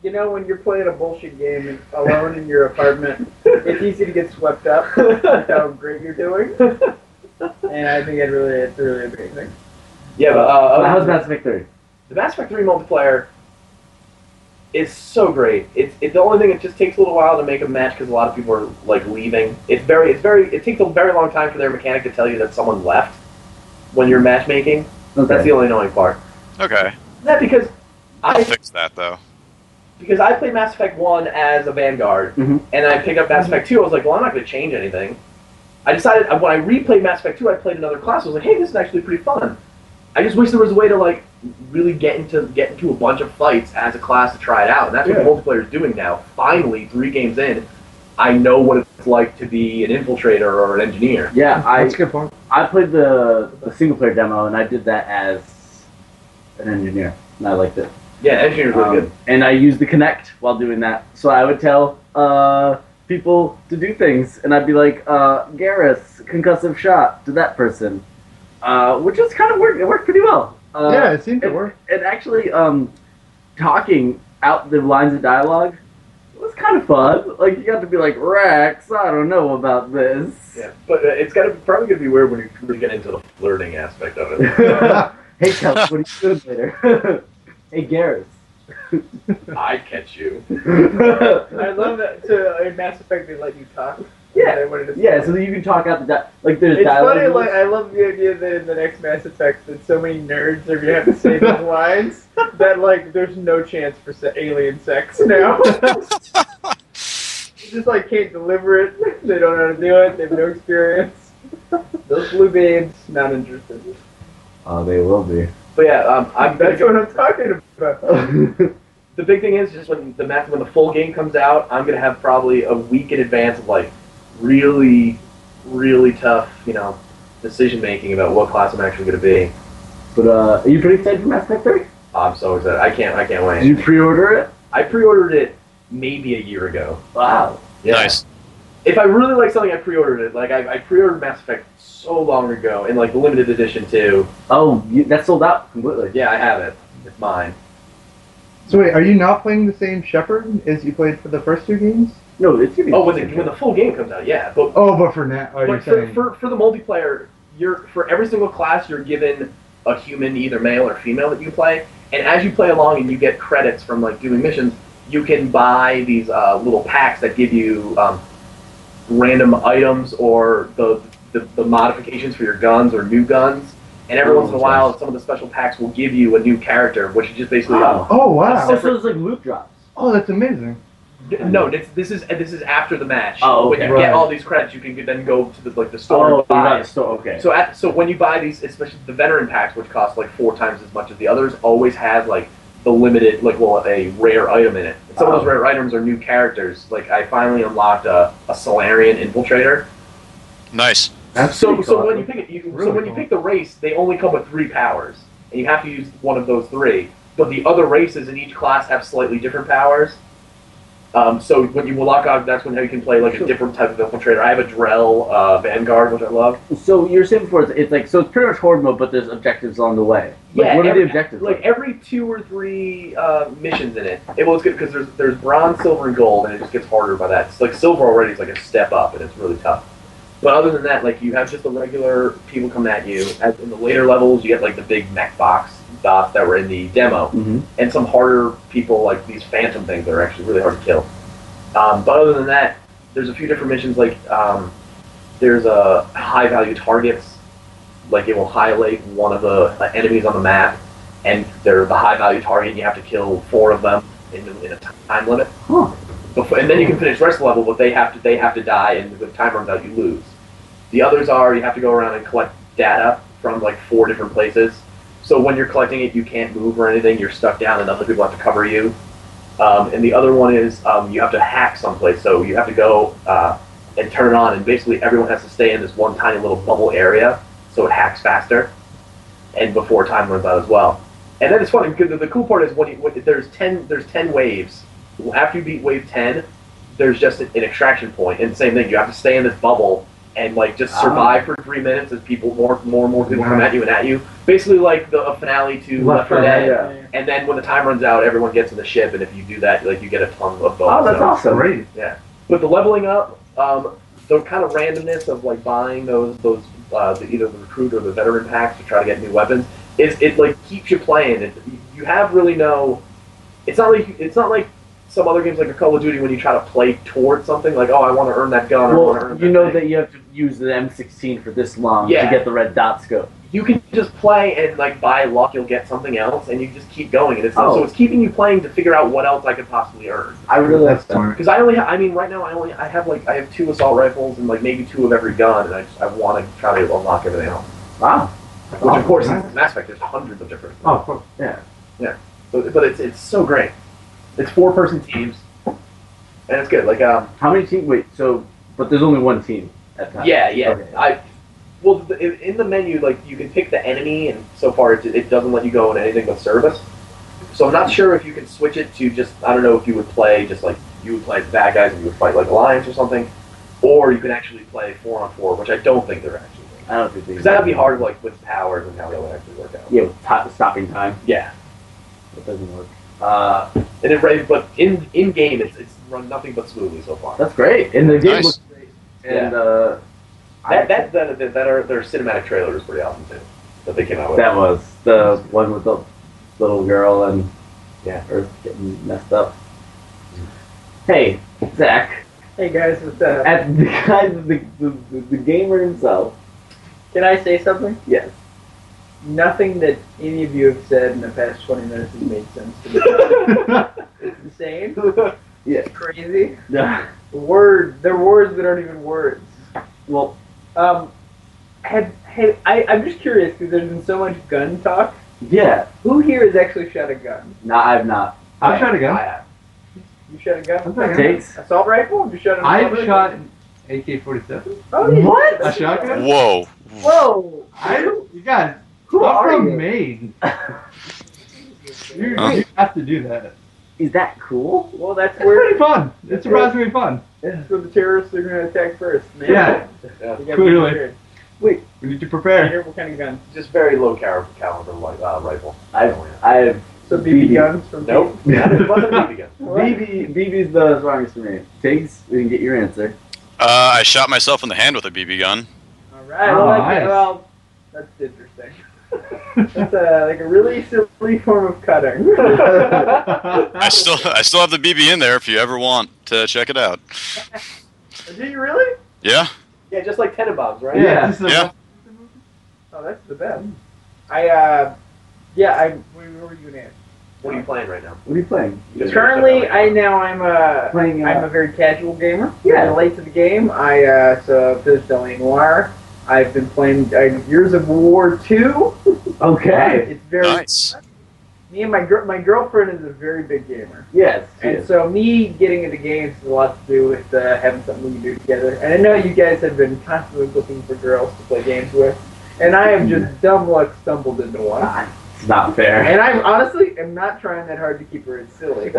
You know, when you're playing a bullshit game and alone in your apartment, it's easy to get swept up with how great you're doing. And I think it really, it's really amazing.
Yeah, but uh,
how's Mass Effect Three?
The Mass Effect 3 multiplayer is so great. It's it, the only thing it just takes a little while to make a match because a lot of people are like leaving. It's very it's very it takes a very long time for their mechanic to tell you that someone left when you're matchmaking. That's the only annoying part.
Okay.
Is that because
I'll
I
fix that though.
because I played Mass Effect 1 as a Vanguard
Mhm.
and I picked up Mass Effect 2. I was like, well, I'm not going to change anything. I decided uh, when I replayed Mass Effect 2, I played another class. I was like, hey, this is actually pretty fun. I just wish there was a way to like really get into get into a bunch of fights as a class to try it out. And that's
Yeah.
what the multiplayer is doing now. Finally, three games in, I know what it's like to be an infiltrator or an engineer.
Yeah, I
That's a good point.
I played the the single player demo and I did that as an engineer and I liked it.
Yeah, engineer's really
Um,
good.
And I used the Connect while doing that, so I would tell uh, people to do things, and I'd be like, uh, "Garrus, concussive shot to that person," uh, which is kind of worked. It worked pretty well. Uh,
yeah, it seemed to
it-
work.
and actually um, talking out the lines of dialogue was kind of fun. Like you got to be like Rex, I don't know about this.
Yeah, but uh, it's gotta probably gonna be weird when you really get into the flirting aspect
[LAUGHS]
of it.
[LAUGHS]
hey, Kels, what are you doing later? hey, Garrus.
I catch you.
I love that. So in Mass Effect, they let you talk.
[LAUGHS] yeah,
They wanted to-
yeah. So that you can talk out the di- like there's
It's
dialogue.
funny,
in
like
this.
I love the idea that in the next Mass Effect that so many nerds are gonna have to say [LAUGHS] those lines that like there's no chance for se- alien sex [LAUGHS] now. They just like can't deliver it. They don't know how to do it. They have no experience. Those blue babes not interested.
oh, they will be.
But yeah, um, I'm gonna
That's
go
what I'm talking about. [LAUGHS]
the big thing is just when the math when the full game comes out, I'm gonna have probably a week in advance of like really, really tough, you know, decision making about what class I'm actually gonna be.
but uh, are you pretty excited for Mass Effect 3?
I'm so excited. I can't I can't
Did
wait.
you pre-order it?
I pre ordered it maybe a year ago.
Wow.
Yeah.
Nice.
If I really like something I pre ordered it. Like I, I pre ordered Mass Effect so long ago and like the limited edition too.
Oh, you, that sold out completely.
Yeah, I have it. It's mine.
So wait, are you not playing the same Shepherd as you played for the first two games?
No, it's gonna be.
Oh, when the when the full game comes out, yeah. But
Oh, but for now, are you
But for,
saying?
for, for the multiplayer, you're for every single class you're given a human, either male or female, that you play. And as you play along and you get credits from like doing missions, you can buy these uh, little packs that give you um, random items or the, the the modifications for your guns or new guns. And every
Oh,
once in a while, some of the special packs will give you a new character, which is just basically uh,
Wow.
oh
Oh,
wow!
so it's like loot drops.
Oh, that's amazing.
No, this, this is this is after the match.
Oh, okay. Oh,
When you get
Right.
all these credits, you can then go to the like the store and buy
right, so okay.
So, at, so when you buy these, especially the veteran packs, which cost like four times as much as the others, always have like the limited, like well, a rare item in it. And some of
Oh.
those rare items are new characters. Like I finally unlocked a, a Solarian infiltrator.
Nice.
That's
So,
pretty
so
cool.
when you pick it, you, so
Really
when you
cool.
pick the race, they only come with three powers, and you have to use one of those three. But the other races in each class have slightly different powers. Um, so when you lock out, that's when you can play like a different type of infiltrator. I have a Drell uh, Vanguard, which I love.
So you were saying before, it's, it's like so it's pretty much horde mode, but there's objectives on the way. Like,
Yeah,
what are
every-
the objectives?
Like every two or three uh, missions in it, it was good because there's there's bronze, silver, and gold, and it just gets harder by that. It's like silver already is like a step up, and it's really tough. But other than that, like you have just the regular people coming at you. As in the later levels, you get like the big mech box dots that were in the demo,
hmm
and some harder people like these phantom things that are actually really hard to kill. Um, but other than that, there's a few different missions like um, there's a high value targets, like it will highlight one of the uh, enemies on the map, and they're the high value target. and You have to kill four of them in, in a time limit,
Huh.
Before, and then you can finish the rest of the level. But they have to they have to die, and if the time runs out, you lose. The others are you have to go around and collect data from like four different places. So when you're collecting it, you can't move or anything. You're stuck down, and other people have to cover you. Um, and the other one is um, you have to hack someplace. So you have to go uh, and turn it on, and basically everyone has to stay in this one tiny little bubble area, so it hacks faster, and before time runs out as well. And then it's funny because the- the cool part is when, you, when there's ten there's ten waves. After you beat wave ten, there's just an, an extraction point, and same thing. You have to stay in this bubble and like just
Ah.
survive for three minutes as people more more and more people come
Wow.
at you and at you. Basically like the a finale to Left 4 Dead.
yeah.
And then when the time runs out, everyone gets in the ship, and if you do that, like you get a ton of bonus.
Oh, that's
So-
awesome.
Great.
But the leveling up, um, the kind of randomness of like buying those those uh, the, either the recruit or the veteran packs to try to get new weapons is it like keeps you playing. It, you have really no. It's not like it's not like some other games like a Call of Duty when you try to play towards something like oh I want to earn that gun. or I want to
Well,
earn
you know
thing."
that you have to use the M16 for this long to
Yeah.
get the red dot scope.
you can just play and like by luck you'll get something else and you just keep going and it's
Oh.
so it's keeping you playing to figure out what else I could possibly earn.
I really like
That's
that.
smart.
Because I only, ha- I mean, right now I only, I have like, I have two assault rifles and like maybe two of every gun, and I just, I want to try to unlock everything else.
Wow.
Which
Oh,
of course,
nice.
is Mass Effect. There's hundreds of different.
Oh, of course.
Yeah.
But, but it's it's so great. It's four person teams, and it's good. Like um,
How many team? Wait. So, but there's only one team at time.
yeah, yeah.
Okay.
I, well, the, in- in the menu, like you can pick the enemy, and so far it, it doesn't let you go in anything but service. So I'm not sure if you can switch it to just, I don't know if you would play just like you would play as the bad guys and you would fight like alliance or something, or you can actually play four on four, which I don't think they're actually. doing.
I don't think they-
Because that'd be hard, like with powers and how that would actually work out.
Yeah, with to- stopping time.
Yeah.
That doesn't work.
Uh, and if right, but in in game, it's it's run nothing but smoothly so far.
That's great. And the game
Nice.
looks great. And uh, I-
That that that that, that are, their cinematic trailer is pretty awesome too. That they came out with.
that was the one with the little girl and
Yeah.
Earth getting messed up. Hey, Zach.
Hey guys, what's up?
At the guy, the, the, the, the gamer himself.
Can I say something?
Yes. [LAUGHS]
Nothing that any of you have said in the past 20 minutes has made sense to [LAUGHS] me. it's [LAUGHS] insane.
Yeah.
It's crazy.
Yeah.
Word. They're words that aren't even words.
well,
Um, have, have, I, I'm just curious because there's been so much gun talk.
yeah.
Who here has actually shot a gun?
No, I've not.
I've shot a gun.
I-
You shot a gun?
I've shot a gun.
Dates?
Assault rifle? You shot an assault
I've
rifle?
shot AK-47.
Oh, yeah.
What?
A shotgun?
Whoa.
Whoa!
I don't. You guys,
Who
I'm
are
from
you?
Maine. You,
Huh.
you have to do that.
Is that cool?
Well, that's
It's
where,
pretty fun. It's surprisingly fun.
that's where the terrorists are going to attack first. Man.
Yeah.
yeah,
You gotta be
Clearly.
prepared.
We need to prepare.
Peter, what kind of gun?
just very low cal- caliber like uh, rifle.
I've I've
So BB
BB.
guns from
Nope. Not a not
[LAUGHS]
a BB gun.
What?
BB BB's the strongest for me. Tiggs, we didn't get your answer.
Uh, I shot myself in the hand with a BB gun.
All right.
Oh,
well, that's,
nice.
well, that's interesting. That's uh, like a really silly form of cutting. [LAUGHS]
I still I still have the BB in there if you ever want to check it out.
Do you really?
Yeah.
Yeah, just like bombs, right?
Yeah, this is a-
Yeah.
Oh, that's the best. I uh, yeah. I we were you gonna ask?
What are you playing right now?
What are you playing?
Just
Currently,
like-
I now I'm a
Playing.
I'm a very casual gamer.
Yeah.
I'm late to the game. I uh, so finished L.A. Noir. I've been playing uh, Years of War Two.
okay.
It's very
Nice.
me and my gir- my girlfriend is a very big gamer.
Yes.
And
yes.
so me getting into games has a lot to do with uh, having something we can do together. And I know you guys have been constantly looking for girls to play games with, and I have
Mm-hmm.
just dumb luck stumbled into one.
Ah, It's not fair.
[LAUGHS]
[LAUGHS]
And I honestly am not trying that hard to keep her as silly.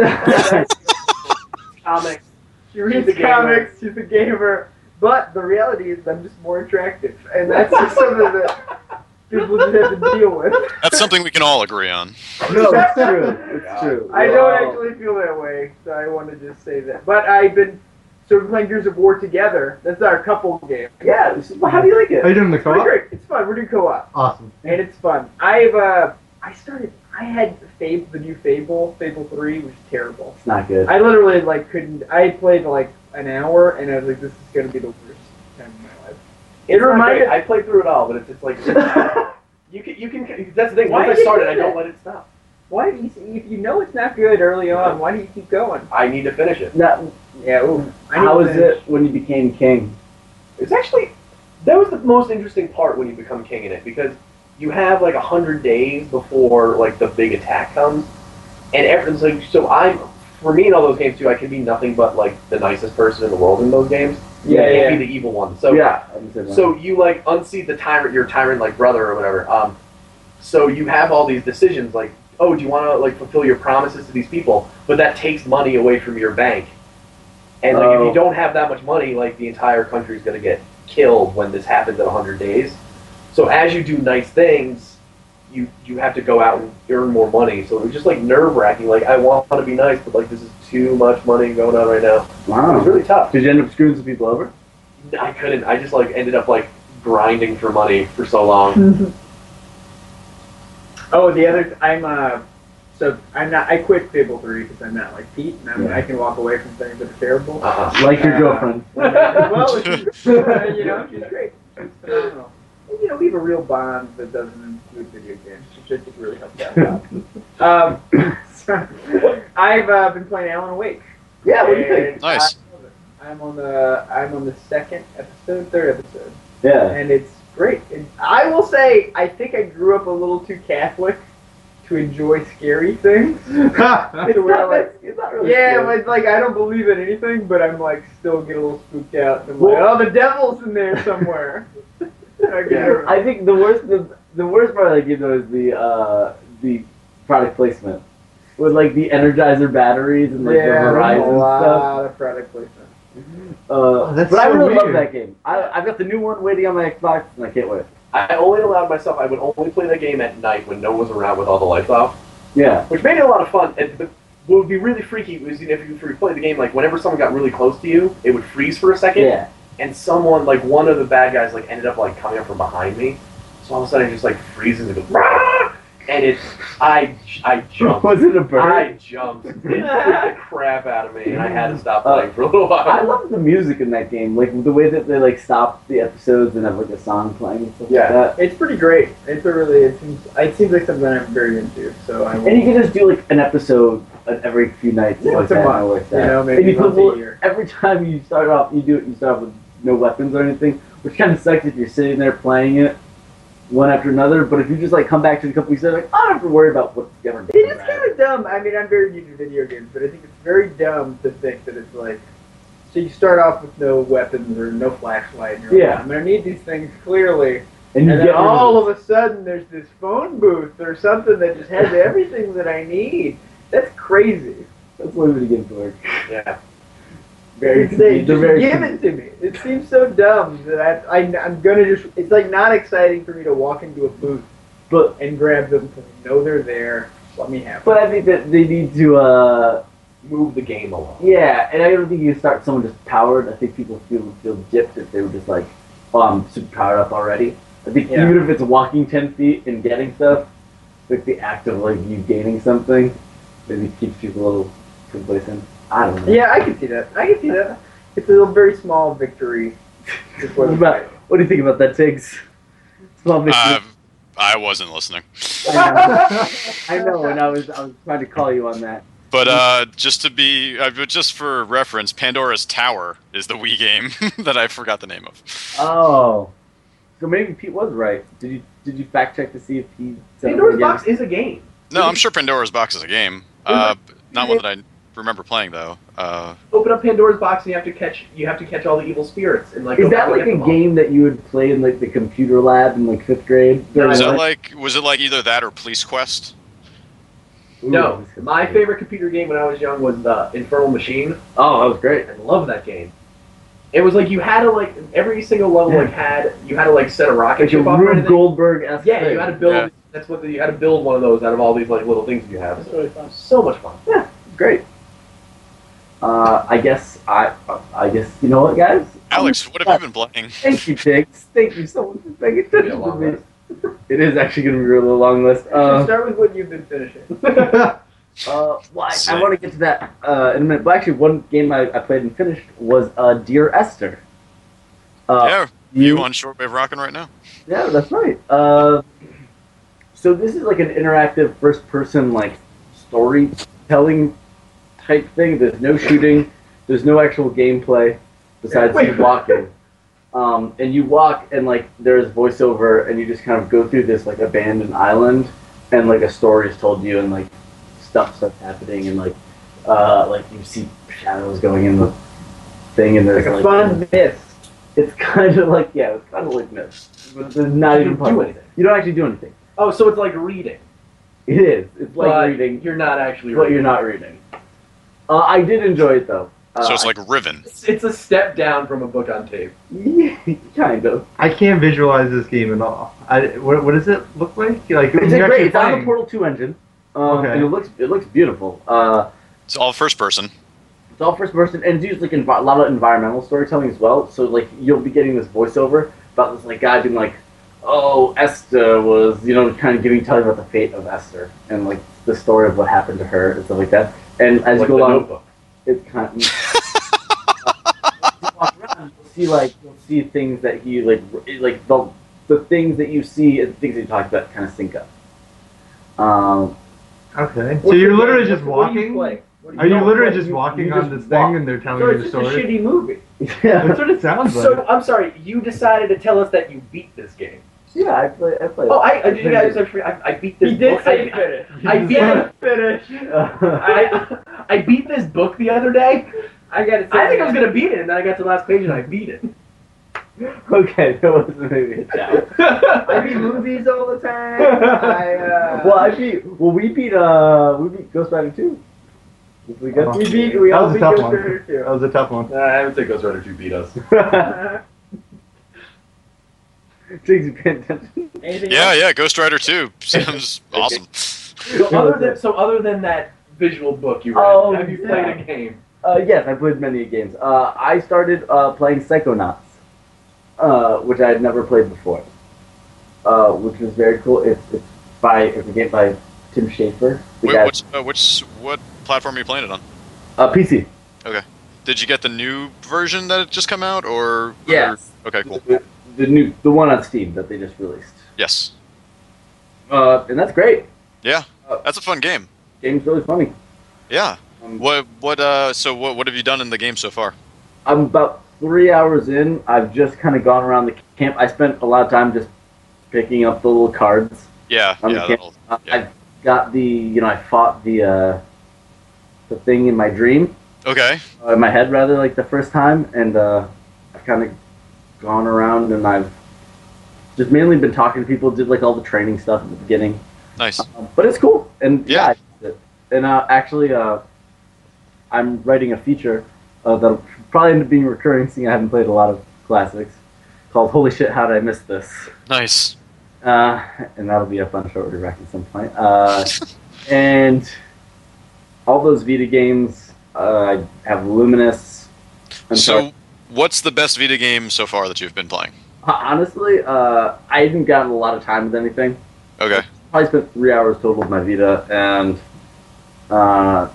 comics.
She reads
She's a gamer.
comics. She's a gamer. But the reality is, I'm just more attractive, and that's just something
[LAUGHS]
that people just have to deal with.
That's something we can all agree on.
No, it's true. It's true.
I
Well,
don't actually feel that way, so I want to just say that. But I've been sort of playing Gears of War together. That's our couple game.
Yeah. This is, well, how do you like
Are you
it?
doing the
It's pretty
co-op?
great. It's fun. We're doing co-op,
Awesome.
and it's fun. I've uh, I started. I had Fable, the new Fable, Fable Three, which is terrible.
It's not good.
I literally like couldn't. I played like an hour, and I was like, "This is gonna be the worst time of my life."
It's not
reminded-
great. I played through it all, but it's just like you can you can. That's the thing.
Why
Once
did
I started,
you
I
do
don't
that?
let it stop.
Why do you? If you know it's not good early on, why do you keep going?
I need to finish it.
Not, yeah. ooh.
I need
How
to
was it when you became king?
It's actually that was the most interesting part when you become king in it because you have like a hundred days before like the big attack comes, and everyone's like so I'm for me in all those games too. I can be nothing but like the nicest person in the world in those games.
Yeah,
I can't
yeah.
be the evil one. So
yeah. I'm the same
So
way.
you like unseat the tyrant, your tyrant like brother or whatever. Um, so you have all these decisions like, oh, do you want to like fulfill your promises to these people? But that takes money away from your bank, and like if
Oh.
you don't have that much money, like the entire country's gonna get killed when this happens in hundred days. So as you do nice things, you you have to go out and earn more money. So it was just like nerve wracking. Like I want to be nice, but like this is too much money going on right now. It was
wow.
really tough.
Did you end up screwing some people over?
I couldn't. I just like ended up like grinding for money for so long.
Mm-hmm. Oh, the other I'm uh, so I'm not. I quit Fable Three because I'm not like Pete, and I'm,
Yeah.
I can walk away from things that are terrible.
Uh-huh.
Like your
Uh,
girlfriend.
[LAUGHS] well, it's, you know, she's great. She's phenomenal. And, you know, we have a real bond that doesn't include video games, which I think really helps out. a lot. um, so, [LAUGHS] I've uh, been playing Alan Wake.
Yeah. What do you think?
and
Nice.
I love it. I'm on the I'm on the second episode, third episode,
Yeah.
and it's great. And I will say, I think I grew up a little too Catholic to enjoy
[LAUGHS]
scary things.
[LAUGHS] yeah,
It's not that-
it's not
[LAUGHS] Yeah, but like I don't believe in anything, but I'm like still get a little spooked out. And I'm
Well-
like, oh, the devil's in there somewhere. [LAUGHS] I get it.
I think the worst the, the worst part of that game though is the uh, the product placement with like the Energizer batteries and like the
yeah, there's a
Verizon stuff.
lot of product placement.
Uh,
that's
but I
so
really love
weird.
that game. I, I've got the new one waiting on my Xbox and I can't wait.
I only allowed myself. I would only play that game at night when no one was around with all the lights off,
Yeah,
which made it a lot of fun. And the, what would be really freaky was you know, if you were to play the game like whenever someone got really close to you, it would freeze for a second,
yeah.
and someone like one of the bad guys like ended up like coming up from behind me. So all of a sudden, it just like freezes and goes, "Rah!" and it's I I
[LAUGHS]
jumped.
Was it a bird?
I jumped. It freaked the crap out of me, and I had to stop playing for a little
I,
while.
love the music in that game, like the way that they like stop the episodes and have like a song playing and stuff
Yeah.
like
It's pretty great. It's a really it seems it seems like something I'm very into. So I
that. And you
will.
can just do like an episode uh, every few nights.
Yeah,
like
it's a
that, and
month,
I like
You
that.
know,
And
maybe
you put
once a
little-
year.
every time you start off, you do it, you start off with no weapons or anything, which kind of sucks if you're sitting there playing it one after another. But if you just like come back to the couple weeks later, like, I don't have to worry about what's going
It is kind of dumb. I mean, I'm very new to video games, but I think it's very dumb to think that it's like. So you start off with no weapons or no flashlight. And you're like,
Yeah.
I'm gonna need these things clearly.
And you
And
get
then all of a sudden, there's this phone booth or something that just has everything that I need. That's crazy.
that's one way to get it to work.
Yeah.
Very
They
confused. They're
just
very
give
confused.
it to me. It seems so dumb that I, I, I'm gonna just. It's like not exciting for me to walk into a booth
But
and grab them because I know they're there. Let me have.
but
Them.
I think that they need to uh
Move the game along.
yeah, and I don't think you start someone just powered. I think people feel feel gypped if they were just like, oh, I'm super powered up already. I think
Yeah.
even if it's walking ten feet and getting stuff, like the act of like you gaining something, maybe keeps people a little complacent. I don't know.
Yeah, I can see that. I can see that. It's a little very small victory. Just
What, [LAUGHS]
wasn't
about, what do you think about that, Tiggs? Small victory.
[LAUGHS] Uh, I wasn't listening.
I know, and I was I was trying to call you on that.
But uh, just to be, uh, but just for reference, Pandora's Tower is the Wii game [LAUGHS] that I forgot the name of.
Oh, so maybe Pete was right. Did you did you fact check to see if he? said it
Pandora's
again?
Box is a game.
No, I'm sure Pandora's Box is a game. Uh, but not one that I remember playing though. Uh,
Open up Pandora's box and you have to catch you have to catch all the evil spirits and like.
Is
go
that
back
like
and get
a
them all.
game that you would play in like the computer lab in like fifth grade?
No,
was
I
that
like-
like was it like either that or Police Quest?
Ooh,
No,
this is
my
good.
favorite computer game when I was young was uh, Infernal Machine.
Oh, that was great.
I love that game. It was like you had to like every single level like had you had to like set a rocket
Like a
ship off or
Rube
anything.
Goldberg esque.
Yeah, you had to build.
Yeah.
That's what the, you had to build one of those out of all these like little things you have.
That's really fun.
So much fun.
great. Uh, I guess I, I guess you know what, guys.
Alex, what have you been playing?
Thank you, Diggs. Thank you so much for paying
It'll be a
attention to
long
me. [LAUGHS] It is actually going to be a really long list.
Should
Uh,
start with what you've been [LAUGHS] finishing.
uh, well, I, I want to get to that uh, in a minute. But actually, one game I, I played and finished was uh, Dear Esther. Uh,
yeah, you on shortwave rocking right now?
Yeah, that's right. Uh, so this is like an interactive first-person like storytelling type thing. There's no shooting. There's no actual gameplay besides
Wait.
you walking. Um, and you walk, and like there's voiceover, and you just kind of go through this like abandoned island, and like a story is told you, and like stuff stuff happening, and like uh, like you see shadows going in the thing, and there's
Like a fun mist.
it's kind of like yeah, it's kind of like myth. But there's not
You
even
don't do
puzzles.
anything.
You don't actually do anything.
Oh, so it's like reading,
It is. It's like
but
reading
You're not actually
what
reading.
you're not reading. Uh, I did enjoy it though. Uh,
so it's like Riven.
It's, it's a step down from a book on tape.
yeah, [LAUGHS] kind of.
I can't visualize this game at all. I, what, what does it look like? Like when
It's
you're
a great.
actually
It's on the
playing.
Portal Two engine. Um,
Okay.
and it looks it looks beautiful. Uh,
It's all first person.
it's all first person, and it's used like envi- a lot of environmental storytelling as well. So like you'll be getting this voiceover about this like guy being like, "Oh, Esther was you know kind of giving telling about the fate of Esther and like the story of what happened to her and stuff like that." And as you
like the
go along,
notebook.
it's kind of. You walk around, you'll see like you'll see things that he like r- like the the things that you see and things that you talk about kind of sync up. Um, [LAUGHS]
Okay. So
What's
you're
the
literally
game?
just
What do you
walking.
play? What do
Are you
no,
literally
what-
just
you-
walking
you
on
just
this thing
walk.
and they're telling
So
you
it's
the
just
story?
a shitty movie.
yeah,
That's what it sounds like.
So I'm sorry, you decided to tell us that you beat this game.
yeah, I play I play.
Oh, I I, did, I, I, I beat this.
He did
book.
say
I,
finish.
[LAUGHS]
I
He
beat
did finish.
[LAUGHS]
I, I [LAUGHS] beat this book the other day.
I got it.
I think I was gonna beat it, and then I got to the last page and I beat it.
okay, that was maybe a challenge.
I [LAUGHS] beat movies all the time. I, [LAUGHS] uh,
Well, I beat. Well, we beat. Uh, we beat Ghost Rider two. Did we
Oh.
go?
we beat. We
That
all
was a
beat
tough
Ghost
one.
Rider
that
too.
was a tough one.
Nah, I would say Ghost Rider 2 beat us.
[LAUGHS] Jigs, you paying attention?
Anything
Yeah,
else?
yeah, Ghost Rider 2. [LAUGHS] Sounds awesome.
So other than so other than that visual book you read,
Oh,
have you played
yeah.
a game? [LAUGHS]
Uh, yes, I played many games. Uh, I started uh, playing Psychonauts, uh, which I had never played before, uh, which was very cool. It's, it's by it's a game by Tim Schafer, the
Wait,
guy.
which, uh, which, what platform are you playing it on?
Uh, PC.
Did you get the new version that had just come out, or?
Yes.
or- okay, cool.
The, the new, the one on Steam that they just released,
Yes,
uh, and that's great.
that's a fun game.
Game's really funny.
Yeah.
Um,
What? What? Uh. So what? What have you done in the game so far?
I'm about three hours in. I've just kind of gone around the camp. I spent a lot of time just picking up the little cards.
Yeah.
I'm
yeah.
okay.
that'll-
I
Yeah.
Uh, I got the, you know, I fought the, uh, the thing in my dream,
Okay.
uh, in my head rather, like the first time, and uh, I've kind of gone around and I've just mainly been talking to people, did like all the training stuff at the beginning,
Nice.
um, but it's cool, and
Yeah.
yeah, I liked it. and uh, actually, uh, I'm writing a feature uh, that'll probably end up being recurring, seeing I haven't played a lot of classics, called "Holy Shit, How Did I Miss This."
Nice.
Uh, and that'll be up on Short Rack at some point.
[LAUGHS]
Uh, and all those Vita games uh, have Luminous. I'm sorry.
so, what's the best Vita game so far that you've been playing?
Ho- honestly, uh, I haven't gotten a lot of time with anything.
Okay.
Probably spent three hours total with my Vita and uh,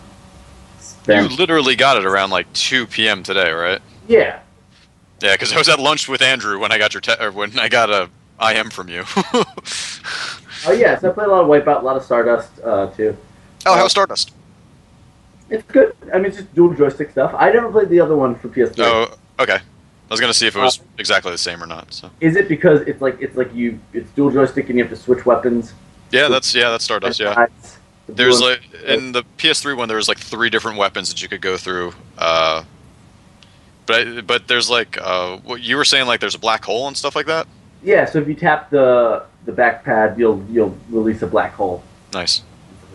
spent.
You literally got it around like 2 p.m. today, right?
yeah.
Yeah, because I was at lunch with Andrew when I got your te- or when I got a IM from you. [LAUGHS] oh,
Oh yeah. So I played a lot of Wipeout, a lot of Stardust uh, too.
how's Oh, Stardust?
It's good. I mean, it's just dual joystick stuff. I never played the other one for PS3.
Oh, okay. I was gonna see if it was exactly the same or not. So
Is it because it's like it's like you it's dual joystick and you have to switch weapons?
yeah, that's yeah, that's Stardust. Yeah,
That's-
there's like in the PS3 one, there was like three different weapons that you could go through. Uh, but but there's like uh, what you were saying, like there's a black hole and stuff like that.
yeah. So if you tap the the back pad, you'll you'll release a black hole.
Nice.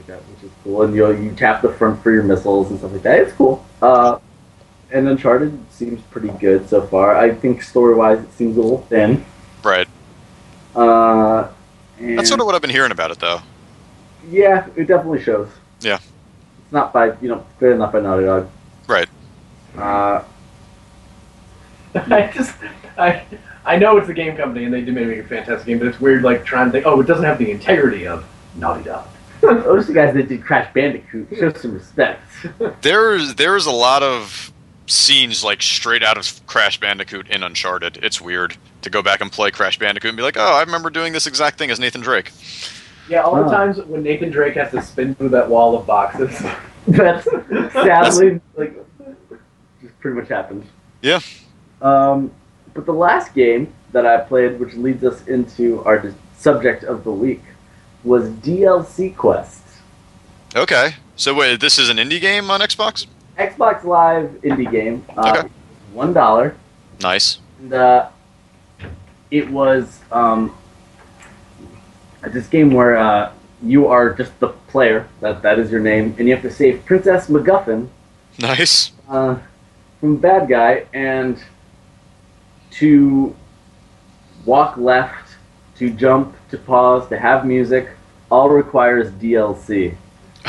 that, which is cool. And you you tap the front for your missiles and stuff like that. It's cool. Uh, and Uncharted seems pretty good so far. I think story wise, it seems a little thin.
Right.
Uh, and
That's sort of what I've been hearing about it, though.
yeah, it definitely shows.
Yeah.
It's not by you know clearly not by Naughty Dog.
Right.
Uh,
I just I I know it's a game company and they do make a fantastic game, but it's weird like trying to think, oh, it doesn't have the integrity of Naughty Dog.
those are the guys that did Crash Bandicoot. Show some respect.
There's there's a lot of scenes like straight out of Crash Bandicoot in Uncharted. It's weird to go back and play Crash Bandicoot and be like, oh, I remember doing this exact thing as Nathan Drake.
Yeah, all
Huh.
the times when Nathan Drake has to spin through that wall of boxes.
[LAUGHS] That's sadly like just pretty much happened.
Yeah.
Um, but the last game that I played, which leads us into our dis- subject of the week, was DLC Quest,
Okay. So wait, this is an indie game on Xbox?
Xbox Live indie game. Uh,
Okay.
One dollar.
Nice.
and uh, it was um, this game where uh, you are just the player that that is your name, and you have to save Princess MacGuffin
Nice.
uh, from bad guy, and to walk left, to jump, to pause, to have music, all requires DLC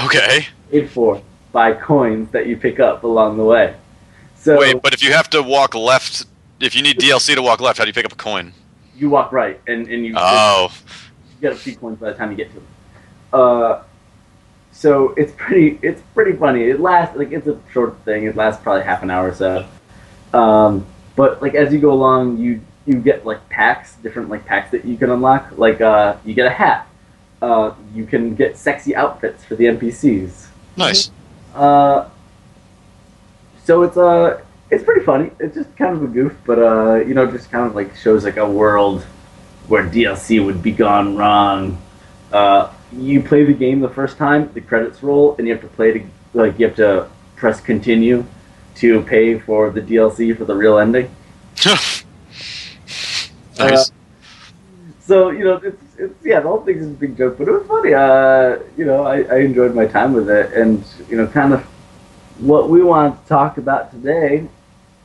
Okay.
paid for by coins that you pick up along the way. So
Wait, but if you have to walk left, if you need DLC to walk left, how do you pick up a coin?
you walk right, and and you.
Oh,
you got a few coins by the time you get to them. Uh, so it's pretty it's pretty funny. It lasts like it's a short thing. It lasts probably half an hour or so. Um, but like as you go along, you you get like packs, different like packs that you can unlock. Like uh, you get a hat. Uh, you can get sexy outfits for the NPCs.
nice. [LAUGHS]
Uh, so it's uh it's pretty funny. It's just kind of a goof, but uh you know just kind of like shows like a world where DLC would be gone wrong. Uh, you play the game the first time, the credits roll, and you have to play to like you have to press continue to pay for the DLC for the real ending.
nice.
So you know it's, it's yeah the whole thing's just a big joke, but it was funny. Uh, you know I, I enjoyed my time with it, and you know kind of what we wanted to talk about today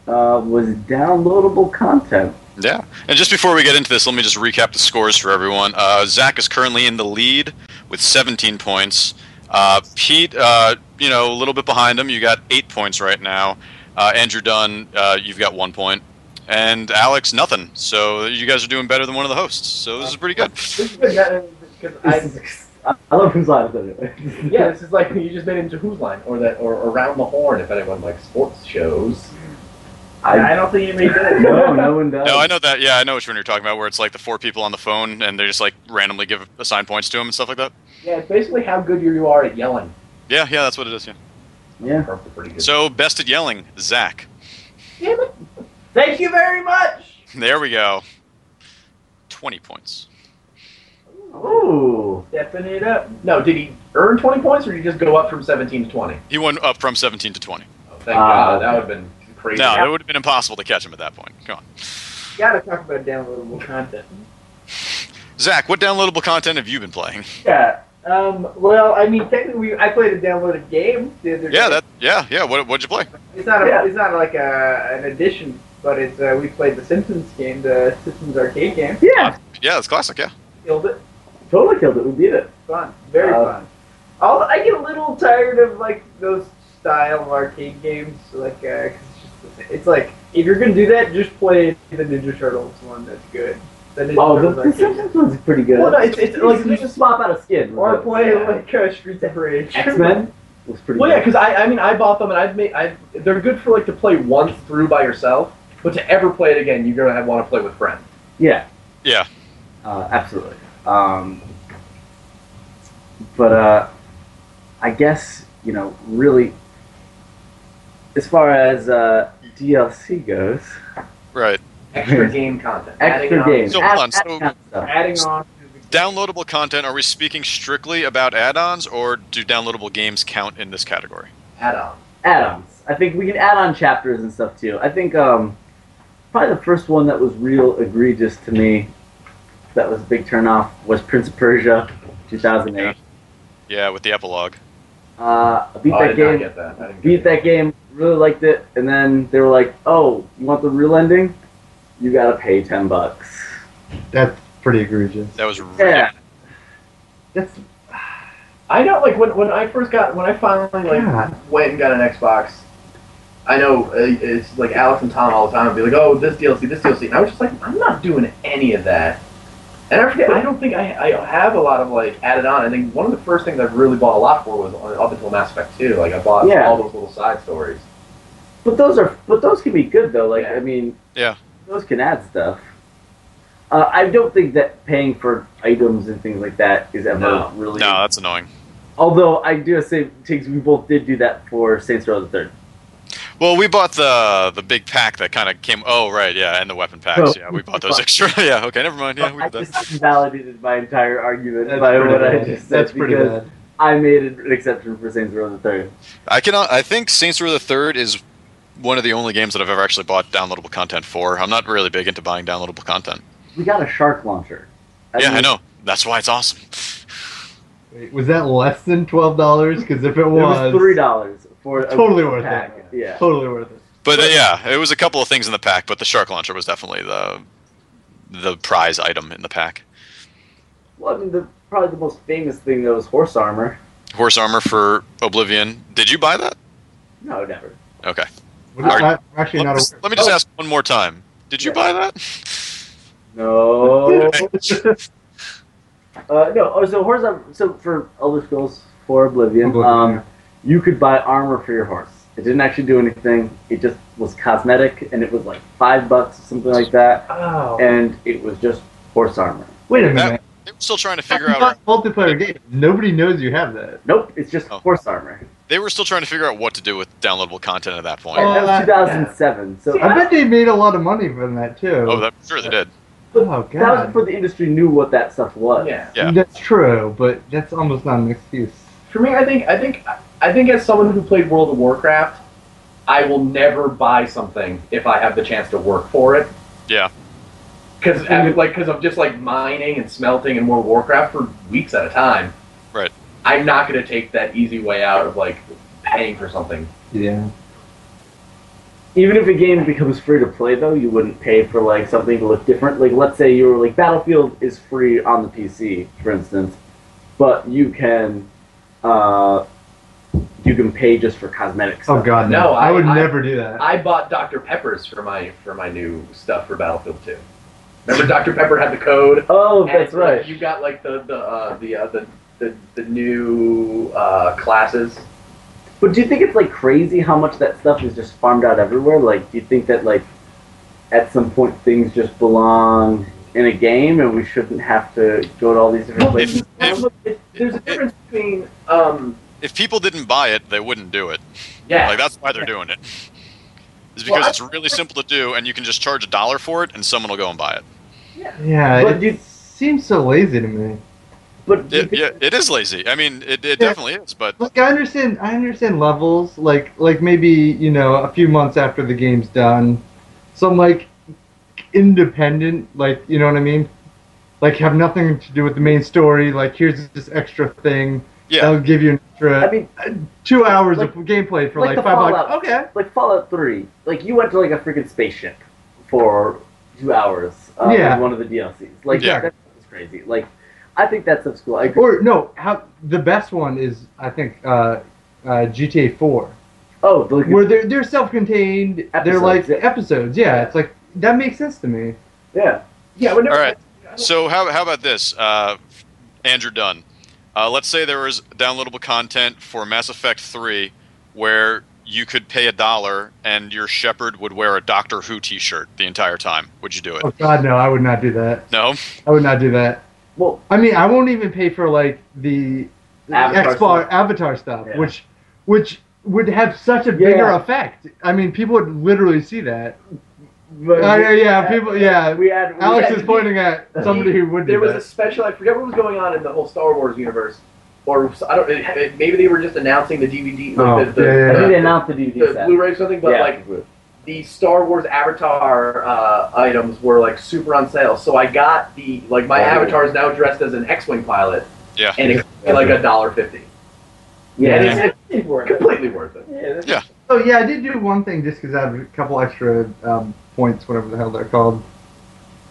uh, was downloadable content.
Yeah. And just before we get into this, let me just recap the scores for everyone. Uh, Zach is currently in the lead with 17 points. Uh, Pete, uh, you know, a little bit behind him. You got eight points right now. Uh, Andrew Dunn, uh, you've got one point. And Alex, nothing. So you guys are doing better than one of the hosts. So this is pretty good.
this has been that because I
I, I love who's on it
[LAUGHS]
anyway.
yeah, this is like you just made into Who's Line or that or Around the Horn if anyone likes sports shows.
I,
I,
don't think you made that.
no, no one does.
No, I know that. Yeah, I know which one you're talking about, where it's like the four people on the phone and they just like randomly give assign points to them and stuff like that.
Yeah, it's basically how good you you are at yelling.
Yeah, yeah, that's what it is. Yeah.
Yeah.
Probably Pretty good.
So best at yelling, Zach.
Damn it.
Thank you very much.
There we go. Twenty points.
Ooh.
Stepping it up.
No, did he earn 20 points or did he just go up from 17 to 20?
He went up from 17 to 20.
Oh, thank
Ah.
God. That would have been crazy.
No, it would have been impossible to catch him at that point. Come on,
Gotta talk about downloadable content.
Zach. What downloadable content have you been playing?
Yeah. Um, well, I mean, technically, we, I played a downloaded game the other
Yeah,
day.
that. Yeah, yeah. What what'd you play?
It's not. A,
Yeah.
It's not like a, an addition, but it's uh, we played the Simpsons game, the Simpsons arcade game.
Yeah.
Yeah, it's classic. Yeah.
Killed it.
Totally killed it. We beat it.
Fun. Very
Uh,
fun. Although I get a little tired of like those style of arcade games, like uh 'cause it's, just, it's like if you're gonna do that, just play the Ninja Turtles one. That's good. The Ninja
Oh, the,
Turtles
the
arcade.
Simpsons one's pretty good.
Well, no, it's, it's like
you just swap out a skin.
Or play
Yeah.
like uh, Streets of Rage.
X
[LAUGHS]
Men was pretty
Well, yeah,
good.
because I, I mean, I bought them and I've made, I've, they're good for like to play once through by yourself, but to ever play it again, you're gonna have, want to play with friends.
Yeah.
Yeah.
Uh, absolutely. Um, but uh, I guess you know, really, as far as uh, DLC goes,
Right.
Extra game content. adding
extra
on-
games,
So,
add-
hold on,
add-
so-
add stuff.
Adding on. to the-
Downloadable content. Are we speaking strictly about add-ons, or do downloadable games count in this category?
Add-on.
add-ons. I think we can add on chapters and stuff too. I think um, probably the first one that was real egregious to me, that was a big turnoff, was Prince of Persia, 2008.
Yeah, with the epilogue.
Uh, I beat
Oh, I
that
did not
game.
get that. I didn't
Beat
get
that game. Really liked it. And then they were like, "Oh, you want the real ending? You gotta pay ten bucks."
That's pretty egregious.
That was really,
Yeah.
That's
I know, like when when I first got when I finally like
Yeah.
went and got an Xbox. I know uh, it's like Alex and Tom all the time would be like, "Oh, this DLC, this DLC," and I was just like, "I'm not doing any of that." And I forget, I don't think I, I have a lot of like added on. I think one of the first things I really bought a lot for was on- up until Mass Effect 2. Like I bought
Yeah.
all those little side stories.
But those are but those can be good though. Like
Yeah.
I mean,
Yeah.
those can add stuff. Uh, I don't think that paying for items and things like that is ever
No.
really.
no, that's annoying.
Although I do say, Tiggs, we both did do that for Saints Row the Third.
Well, we bought the the big pack that kind of came. Oh, right, yeah, and the weapon packs.
No.
yeah, we bought those [LAUGHS] extra. yeah, okay, never mind. Yeah, we
I
did that.
just invalidated my entire argument
that's
by
pretty
what I
bad.
just said
That's pretty
because
bad.
I made an exception for Saints Row the Third.
I cannot. I think Saints Row the Third is one of the only games that I've ever actually bought downloadable content for. I'm not really big into buying downloadable content.
We got a shark launcher.
yeah,
mean,
I know. That's why it's awesome.
Wait, was that less than twelve dollars? Because if it
It
was,
was three dollars for a
Totally worth
pack.
it.
Yeah,
totally worth it.
But uh, yeah, it was a couple of things in the pack, but the shark launcher was definitely the the prize item in the pack.
well, I mean, the probably the most famous thing though is horse armor.
Horse armor for Oblivion. Did you buy that?
No, never.
Okay.
What is
Are-
that? We're actually
Let me,
not
just,
aware.
let me just
Oh,
ask one more time. Did you
Yeah.
buy that? [LAUGHS]
[LAUGHS]
No.
Okay.
Uh, no. Oh, so horse. Armor, so for Elder Scrolls for Oblivion,
Oblivion, yeah.
um, you could buy armor for your horse. It didn't actually do anything. It just was cosmetic, and it was like five bucks, something like that.
Oh.
And it was just horse armor.
Wait a minute.
That- they were still trying to figure
That's
out.
not multiplayer game. Nobody knows you have that.
Nope, it's just
Oh.
horse armor.
[LAUGHS] They were still trying to figure out what to do with downloadable content at that point.
Oh,
and that was
that-
2007. So
I bet they made a lot of money from that too.
Oh, that sure they did.
Oh, god,
that was before the industry knew what that stuff was.
yeah.
Yeah.
that's true, but that's almost not an excuse.
For me, I think I think I think as someone who played World of Warcraft, I will never buy something if I have the chance to work for it.
Yeah.
Because like because I'm just like mining and smelting and more Warcraft for weeks at a time.
Right.
I'm not gonna take that easy way out of like paying for something.
Yeah,
Even if a game becomes free to play, though, you wouldn't pay for like something to look different. Like, let's say you were like Battlefield is free on the PC, for instance, but you can, uh, you can pay just for cosmetics.
Oh god, no!
No,
I,
I-
would
I-
never do that.
I bought Dr Pepper's for my for my new stuff for Battlefield 2. Remember, Dr Pepper had the code.
Oh, [LAUGHS]
And
that's
it's like
right.
You got like the the uh, the, uh, the the the new uh, classes.
But do you think it's like crazy how much that stuff is just farmed out everywhere? Like, do you think that like at some point things just belong in a game and we shouldn't have to go to all these different
Well,
places?
If, if,
There's a difference between um
if people didn't buy it, they wouldn't do it.
yeah.
Like that's why they're doing it. It's
Well,
because
I-
it's really simple to do, and you can just charge a dollar for it, and someone will go and buy it.
yeah,
But
it
you-
seems so lazy to me.
But do you
It,
think
yeah, it is lazy. I mean, it, it
Yeah.
definitely is. But
Like I understand, I understand levels. Like like maybe you know a few months after the game's done, some like independent, like you know what I mean. Like have nothing to do with the main story. Like here's this extra thing
yeah,
that'll give you an extra. uh,
I mean,
two hours
Like-
of gameplay for
like
like,
the
five bucks.
Fallout.
Okay.
like Fallout Three, like you went to like a freaking spaceship for two hours. Uh,
Yeah.
in one of the DLCs. Like
Yeah.
that was crazy. Like I think that stuff's cool. I agree.
Or no, how the best one is I think uh, uh, GTA Four,
Oh, the, like,
where they're they're self-contained. They're like
Episodes, yeah.
episodes. Yeah, it's like that makes sense to me.
yeah.
Yeah, whenever
All right.
I, I don't-
so how, how about this, uh, Andrew Dunn? Uh, let's say there was downloadable content for Mass Effect Three, where you could pay a dollar and your Shepard would wear a Doctor Who T-shirt the entire time. Would you do it?
Oh God, no, I would not do that.
No.
I would not do that.
Well,
I mean, I won't even pay for like the
Avatar
Xbox
stuff.
Avatar stuff,
Yeah.
which which would have such a bigger
Yeah.
effect. I mean, people would literally see that.
but
Uh,
we-
yeah, people- yeah.
We had we
Alex
had-
is pointing at somebody who would do
there was
that.
a special. I forget what was going on in the whole Star Wars universe, or I don't. It, it- maybe they were just announcing the DVD, like
Oh,
the, the,
yeah, yeah,
I
the-
think they announced the DVD
the
set.
Blu-ray or something, but
yeah.
like the Star Wars Avatar uh, items were like super on sale. So I got the like my
Oh, really?
avatar is now dressed as an X-wing pilot,
Yeah.
and it's like a dollar fifty.
Yeah.
Yeah.
It's, it's worth it.
Completely worth it.
Yeah, that's
Yeah.
Oh yeah, I did do one thing just because I have a couple extra um, points, whatever the hell they're called.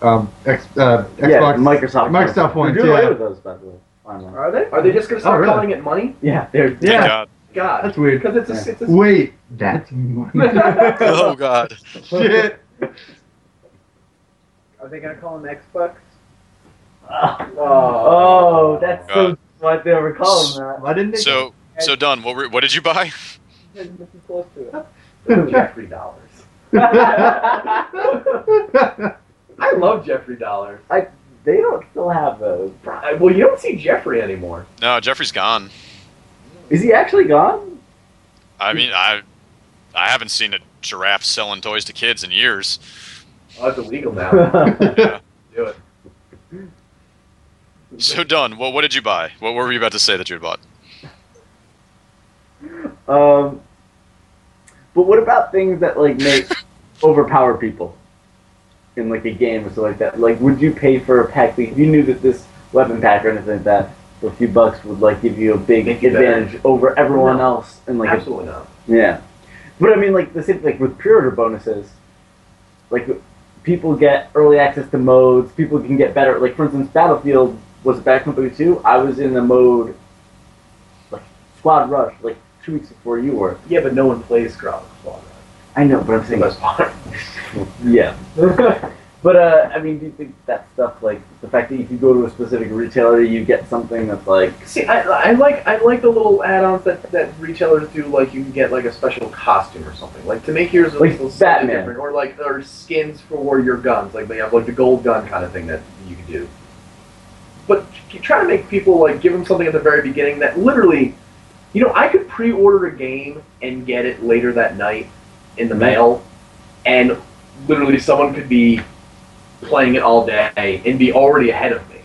Um, X, uh,
Yeah,
Xbox.
Microsoft.
Microsoft points,
We do away
yeah.
with those, by the way. Finally.
[LAUGHS]
Are they?
Are they just going to start
Oh, really?
calling it money?
Yeah, they're
Yeah.
Thank God.
God,
That's weird.
because it's a, it's a
Wait, that's [LAUGHS]
Oh
[LAUGHS]
God.
shit.
Are they gonna call them Xbox?
Oh, that's so
God.
what they were calling
[LAUGHS]
that.
Why didn't they?
So so done. What were, what did you buy? [LAUGHS]
Nothing close to it.
[LAUGHS]
Jeffrey dollars. I love Jeffrey dollars.
They don't still have those.
Pro- Well, you don't see Jeffrey anymore.
No, Jeffrey's gone.
Is he actually gone?
I mean, I I haven't seen a giraffe selling toys to kids in years.
Oh, it's
[LAUGHS]
illegal now.
I
Do it.
So done. What what did you buy? What were you about to say that you had bought?
Um, but what about things that like make overpower people in like a game or something like that? Like, would you pay for a pack that if you knew that this weapon pack or anything like that for a few bucks would like give you a big
Make you better.
advantage over everyone
No.
else? And like, a,
Absolutely not.
yeah. But I mean, like the same like with pre-order bonuses, like people get early access to modes. People can get better. Like for instance, Battlefield was Bad Company Two. I was in the mode like Squad Rush like two weeks before you were.
Yeah, but no one plays Ground Squad.
I know, but I'm
That's the
saying
best part.
[LAUGHS] yeah. [LAUGHS] but uh, I mean, do you think that stuff like the fact that if you go to a specific retailer, you get something that's like
See, I, I like I like the little add-ons that, that retailers do. Like you can get like a special costume or something, like to make yours a
Like
little slightly
Batman.
different, or like or skins for your guns. Like they have like the gold gun kind of thing that you can do. But you try to make people like give them something at the very beginning that literally, you know, I could pre-order a game and get it later that night
Mm-hmm.
in the mail, and literally someone could be playing it all day and be already ahead of me.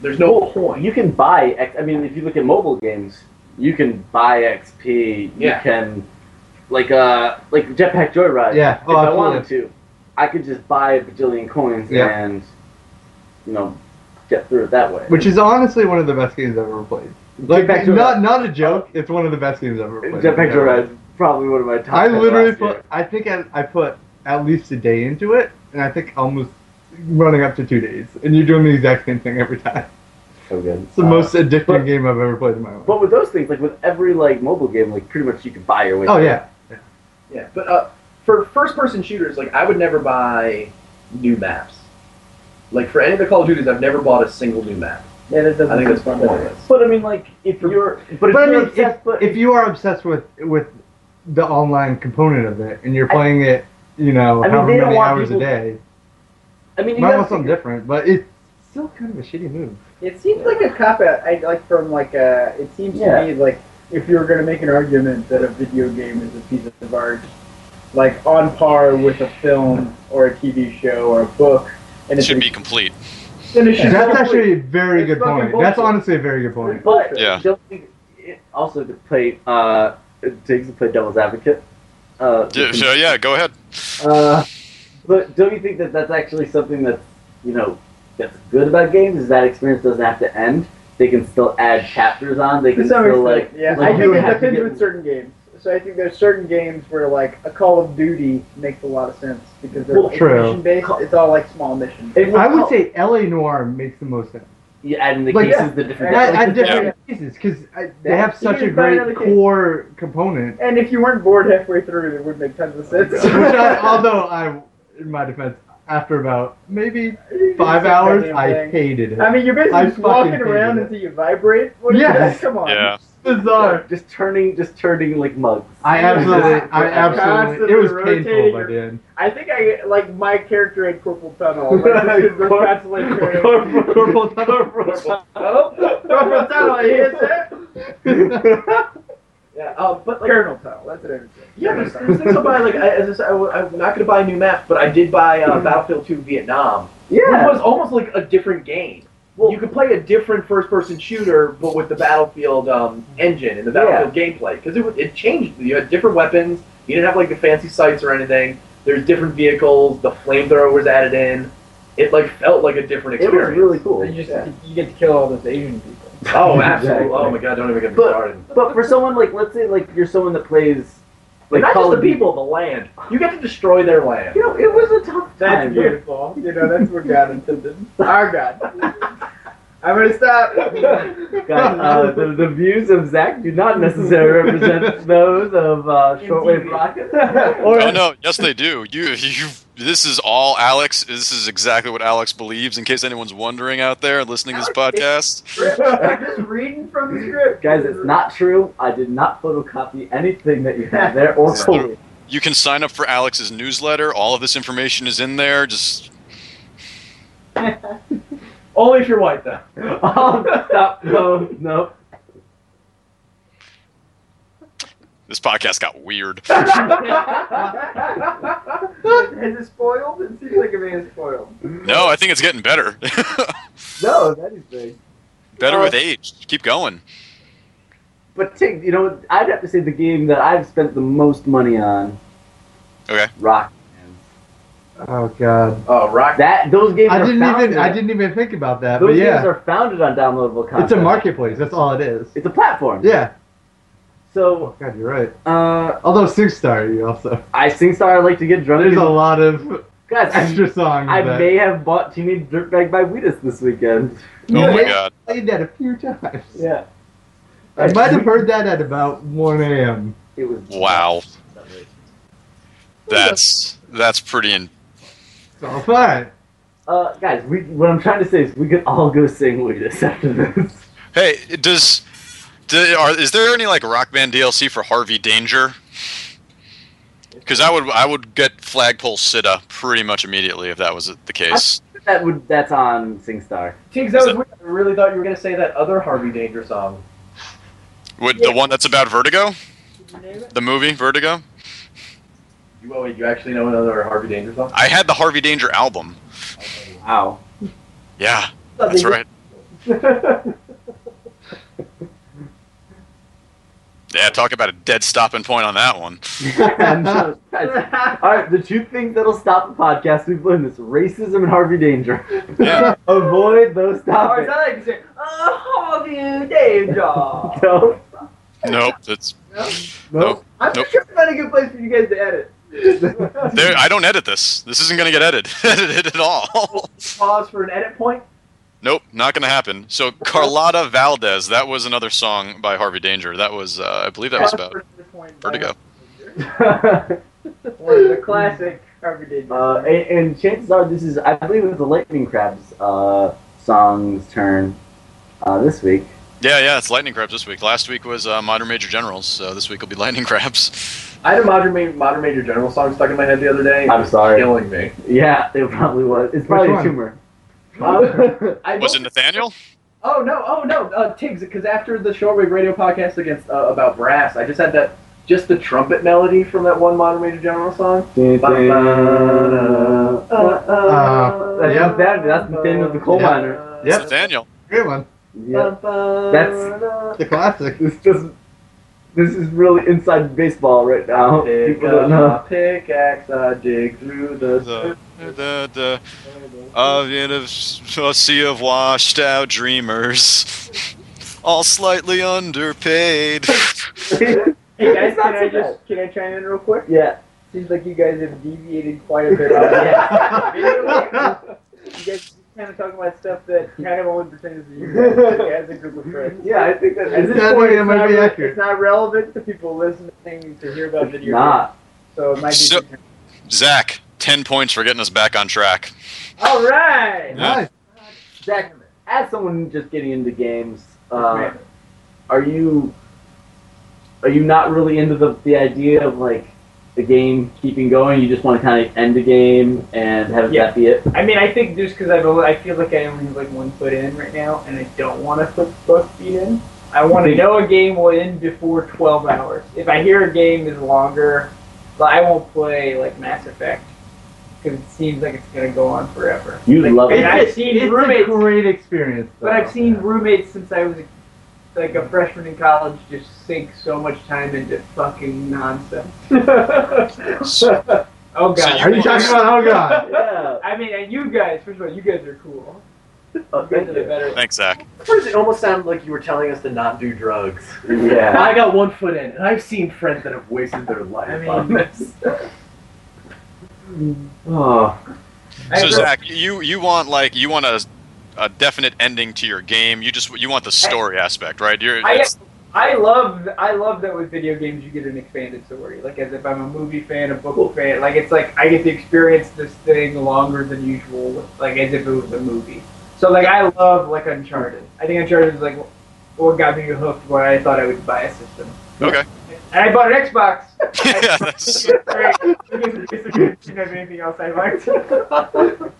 There's no
Well,
point.
You can buy. X- I mean, if you look at mobile games, you can buy XP.
Yeah.
You can like uh like Jetpack Joyride.
Yeah.
If
Oh,
I
absolutely.
wanted to, I could just buy a bajillion coins
Yeah.
and you know get through it that way.
Which is honestly one of the best games I've ever played. Like,
Jetpack Joyride.
not not a joke. It's one of the best games I've ever played.
Jetpack Joyride is probably one of my top.
I
10
literally
last year.
put. I think I, I put at least a day into it, and I think almost running up to two days. And you're doing the exact same thing every time.
so good.
It's the
Uh,
most addicting
but-
game I've ever played in my life.
But with those things, like with every like mobile game, like pretty much you could buy your way.
oh
through.
yeah.
Yeah, but uh, for first-person shooters, like I would never buy new maps. Like for any of the Call of Duties, I've never bought a single new map.
[LAUGHS]
Yeah, that doesn't
I think that's
sound
pointless.
But I mean, like if you're, but if
But I
you're
mean,
obsessed, but
If you are obsessed with with the online component of it, and you're
I-
playing it, you know,
I mean,
however
they don't
many
want
hours
people-
a day,
I mean, you
might
gotta
want something
figure-
different. But it's still kind of a shitty
[LAUGHS]
move.
It seems like a cop out. I like from like a. It seems
Yeah.
to me like if you were going to make an argument that a video game is a piece of art, like on par with a film or a TV show or a book, and
It
it's
should
a-
be complete.
then it should
That's
be-
actually a very
It's
good
fucking
point. That's
bullshit.
honestly a very good point.
But
Yeah.
don't you- it- also to play, uh, it takes to play devil's advocate. Uh,
Yeah, so yeah, go ahead.
uh, but don't you think that that's actually something that's you know that's good about games is that experience doesn't have to end. They can still add chapters on. They
To
can
some
still
extent,
like
yeah.
like,
I
you
think it
have to
depends
get-
with certain games. So I think there's certain games where like a Call of Duty makes a lot of sense because they're
Well,
true.
mission based. It's all like small missions.
It
I would
help
say LA Noir makes the most sense.
you add in the
like,
cases
yeah.
the different.
Yeah,
At,
like,
at
the-
different pieces, because they
Yeah.
have such
You
a
can find
great
another case.
core component.
And if you weren't bored halfway through, it would make tons of sense.
Which
[LAUGHS]
I, although I, in my defense, after about maybe five
It's a
hours,
goddamn
I
thing.
hated it.
I mean, you're
I
basically just
fucking
walking
hated
around
it.
until you vibrate. What is
Yes.
that? Come on.
Yeah.
bizarre.
Just turning, just turning like [LAUGHS] mugs.
I absolutely, I
Yeah.
absolutely, it was
Constantly
painful by
rotating
the end.
I think I like my character had corporal tunnel. Like, this
[LAUGHS]
is the
Cor-
constantly turning.
Corporal Tunnel.
Oh, corporal tunnel. You hear that? [LAUGHS]
Yeah, uh, but like,
Colonel tunnel. That's what I would say.
yeah, there's, there's things I'll buy. Like, I, as I said, I, am not gonna buy a new map, but I did buy uh, Battlefield 2 Vietnam.
Yeah.
It was almost like a different game.
Well-
you could play a different first-person shooter, but with the Battlefield um, engine and the
Mm-hmm. Yeah.
Battlefield gameplay, because it, was- it changed. You had different weapons. You didn't have like the fancy sights or anything. There's different vehicles. The flamethrower was added in. It like felt like a different
It was
experience. [LAUGHS]
really cool.
You just
Yeah.
you get to kill all those Asian people.
Oh, absolutely.
Exactly.
Oh my god, don't even get me
But-
started.
But for someone like, let's say like you're someone that plays like
not
Call
just the
of Duty-
people, the land. You get to destroy their land.
You know, it was a tough
That's
time. but-
beautiful. You know, that's what
[LAUGHS]
God intended. Our God. I'm gonna stop.
God, uh, the, the views of Zach do not [LAUGHS] necessarily represent those of uh, Shortwave
Indeed.
Rocket.
Or-
[LAUGHS]
Oh no, yes they do. You you this is all Alex. This is exactly what Alex believes. In case anyone's wondering out there listening to this podcast,
I'm just reading from the script.
Guys, it's not true. I did not photocopy anything that you have there or
Yeah.
quote it.
you can sign up for Alex's newsletter. All of this information is in there. Just
Only if you're white, though.
Oh, stop. No, no.
this podcast got weird.
[LAUGHS] Is it spoiled? It seems like it may have spoiled.
No, I think it's getting better. [LAUGHS]
No, that is big.
better with age. Keep going.
But Tig, you know, I'd have to say the game that I've spent the most money on.
Okay.
Rock.
Oh god.
Oh, rock.
That those games.
I
are
didn't
founded,
even I didn't even think about that.
Those
but
games
yeah,
are founded on downloadable content.
it's a marketplace. That's all it is.
It's a platform.
Yeah.
So,
God, you're right.
uh,
Although SingStar, you also
I SingStar. I like to get drunk.
there's
and-
a lot of [LAUGHS]
Guys, I,
extra songs.
I
that
may have bought Teenage Dirtbag by Wheatus this weekend.
Oh
Yeah.
my god.
played that a few times.
Yeah.
I might have heard that at about 1 a.m.
It was.
Wow. That's that's pretty. In-
So fine.
Uh, guys, we, what I'm trying to say is we could all go sing Wheatus after this. [LAUGHS]
hey, does do, are is there any like Rock Band DLC for Harvey Danger? Because I would I would get Flagpole Sitta pretty much immediately if that was the case.
That would. That's on SingStar.
Tiggs, that was weird. I really thought you were going to say that other Harvey Danger song.
Would the one that's about Vertigo, the movie Vertigo?
You, oh, wait, you actually know another Harvey Danger song?
I had the Harvey Danger album.
Wow. [LAUGHS]
Yeah, that's
[LAUGHS]
right.
[LAUGHS]
Yeah, talk about a dead stopping point on that one.
No, guys, all right, the two things that'll stop the podcast we've learned this racism and Harvey Danger. [LAUGHS]
[LAUGHS]
Yeah.
Avoid those
Or is
topics.
that like you say, oh, have you, Dave Jaw?
No,
Nope, that's
no.
Nope.
I'm
Nope.
just trying to find a good place for you guys to edit.
[LAUGHS] there, I don't edit this. This isn't gonna get edited [LAUGHS] edited at all.
Pause for an edit point.
Nope, not gonna happen. So Carlotta Valdez, that was another song by Harvey Danger. That was, uh, I believe, that was
Pause
about
for an edit point. [LAUGHS]
Vertigo.
[LAUGHS]
One of the classic Harvey Danger.
uh, and, and chances are this is, I believe, it was the Lightning Crab's uh, song's turn uh, this week.
Yeah, yeah, it's Lightning Crabs this week. Last week was uh, Modern Major Generals, so this week will be Lightning Crabs.
[LAUGHS] I had a Modern, Ma- Modern Major General song stuck in my head the other day.
I'm sorry.
Killing me.
Yeah, [LAUGHS] it probably was. It's probably a
Which one? [LAUGHS]
tumor.
Um, I
Was
don't-
it Nathaniel?
Oh no! Oh no! Uh, Tiggs, because after the shortwave radio podcast against uh, about brass, I just had that just the trumpet melody from that one Modern Major General song.
That's
Uh, yep.
that, that's the thing of the coal
Yep.
miner.
It's
Yep.
Nathaniel.
Good one.
Yeah. That's-
The classic.
This doesn't. This is really inside baseball right now.
Pick
People
up
don't
my
know.
pickaxe, I dig through the.
The, the, the, of in a, a sea of washed out dreamers, [LAUGHS] all slightly underpaid. [LAUGHS]
Hey guys,
It's not
can I
so bad.
just can I chime in real quick?
[LAUGHS] Yeah.
Seems like you guys have deviated quite a bit. on
[LAUGHS] Yeah.
that. you guys kind of talking about stuff that kind of only pertains to you guys as a group of friends.
Yeah, I think that
At this
Yeah, I
point,
think [LAUGHS] it
it's
might
not
be
re-
accurate.
It's not relevant to people listening to hear about video
Nah.
games, so it might be.
So- Zach, ten points for getting us back on track.
All right.
Nice.
Zach, as someone just getting into games, uh, are you are you not really into the the idea of like the game keeping going? You just want to kind of end the game and have
Yeah.
that be it.
I mean, I think just because I've only, I feel like I only have like one foot in right now, and I don't want to put both feet in. I want
Mm-hmm.
to know a game will end before 12 hours. If I hear a game is longer, but I won't play like Mass Effect because it seems like it's gonna go on forever.
You
Like,
love
and
it.
I've seen
it's
roommates,
a great experience.
but I've seen roommates since I was like a freshman in college just sink so much time into fucking nonsense. [LAUGHS] oh god.
So
Are you talking about? Oh god.
Yeah.
I mean, and you guys, first of all, you guys are cool.
Oh,
You guys
thank
did it
you.
better.
Thanks, Zach.
First, it almost sounded like you were telling us to not do drugs.
Yeah.
I got one foot in, and I've seen friends that have wasted their life
I mean-
on this.
Oh.
I
So
agree.
Zach, you you want like you want a, a definite ending to your game. You just you want the story aspect, right? You're
I,
it's,
I love I love that with video games you get an expanded story. Like as if I'm a movie fan, a book fan. Like it's like I get to experience this thing longer than usual. Like as if it was a movie. So like I love like Uncharted. I think Uncharted is like what got me hooked when I thought I would buy a system.
okay.
And I bought
[LAUGHS]
an Xbox. [LAUGHS]
yeah, that's,
Great. It's a good- didn't have anything else I liked.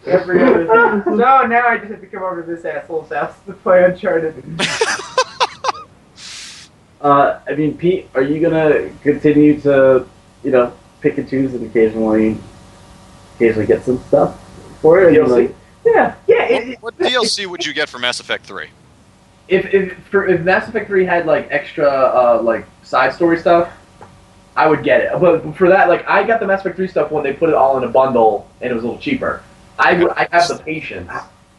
Every other thing. No, now I just have to come over to this asshole's house to play Uncharted.
Uh, I mean, Pete, are you gonna continue to, you know, pick and choose and occasionally, occasionally get some stuff for it? I mean,
DLC?
like- yeah.
Yeah, it,
what, what DLC would you get for Mass Effect Three?
if if for if Mass Effect Three had like extra uh, like side story stuff, I would get it. But for that, like I got the Mass Effect Three stuff when they put it all in a bundle and it was a little cheaper. I would I have the patience.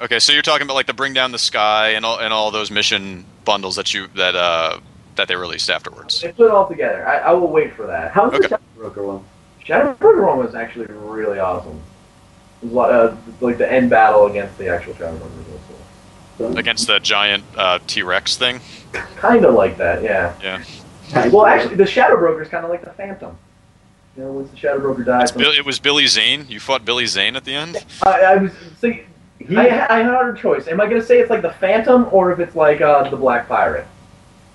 Okay, so you're talking about like the Bring Down the Sky and all and all those mission bundles that you that uh that they released afterwards.
They put it all together. I, I will wait for that.
How's the
Okay.
Shadowbroker one?
Shadow of Rogue was actually really awesome. It was a lot, uh, like the end battle against the actual Shadow of Rogue was cool.
Against the giant uh, T Rex thing.
Kind of like that, yeah. Well, actually, the Shadow Broker is kind of like the Phantom. You know, once the Shadow Broker dies,
Bill, it was Billy Zane. You fought Billy Zane at the end.
I, I was thinking, I, I had a choice. Am I going to say it's like the Phantom or if it's like uh, the Black Pirate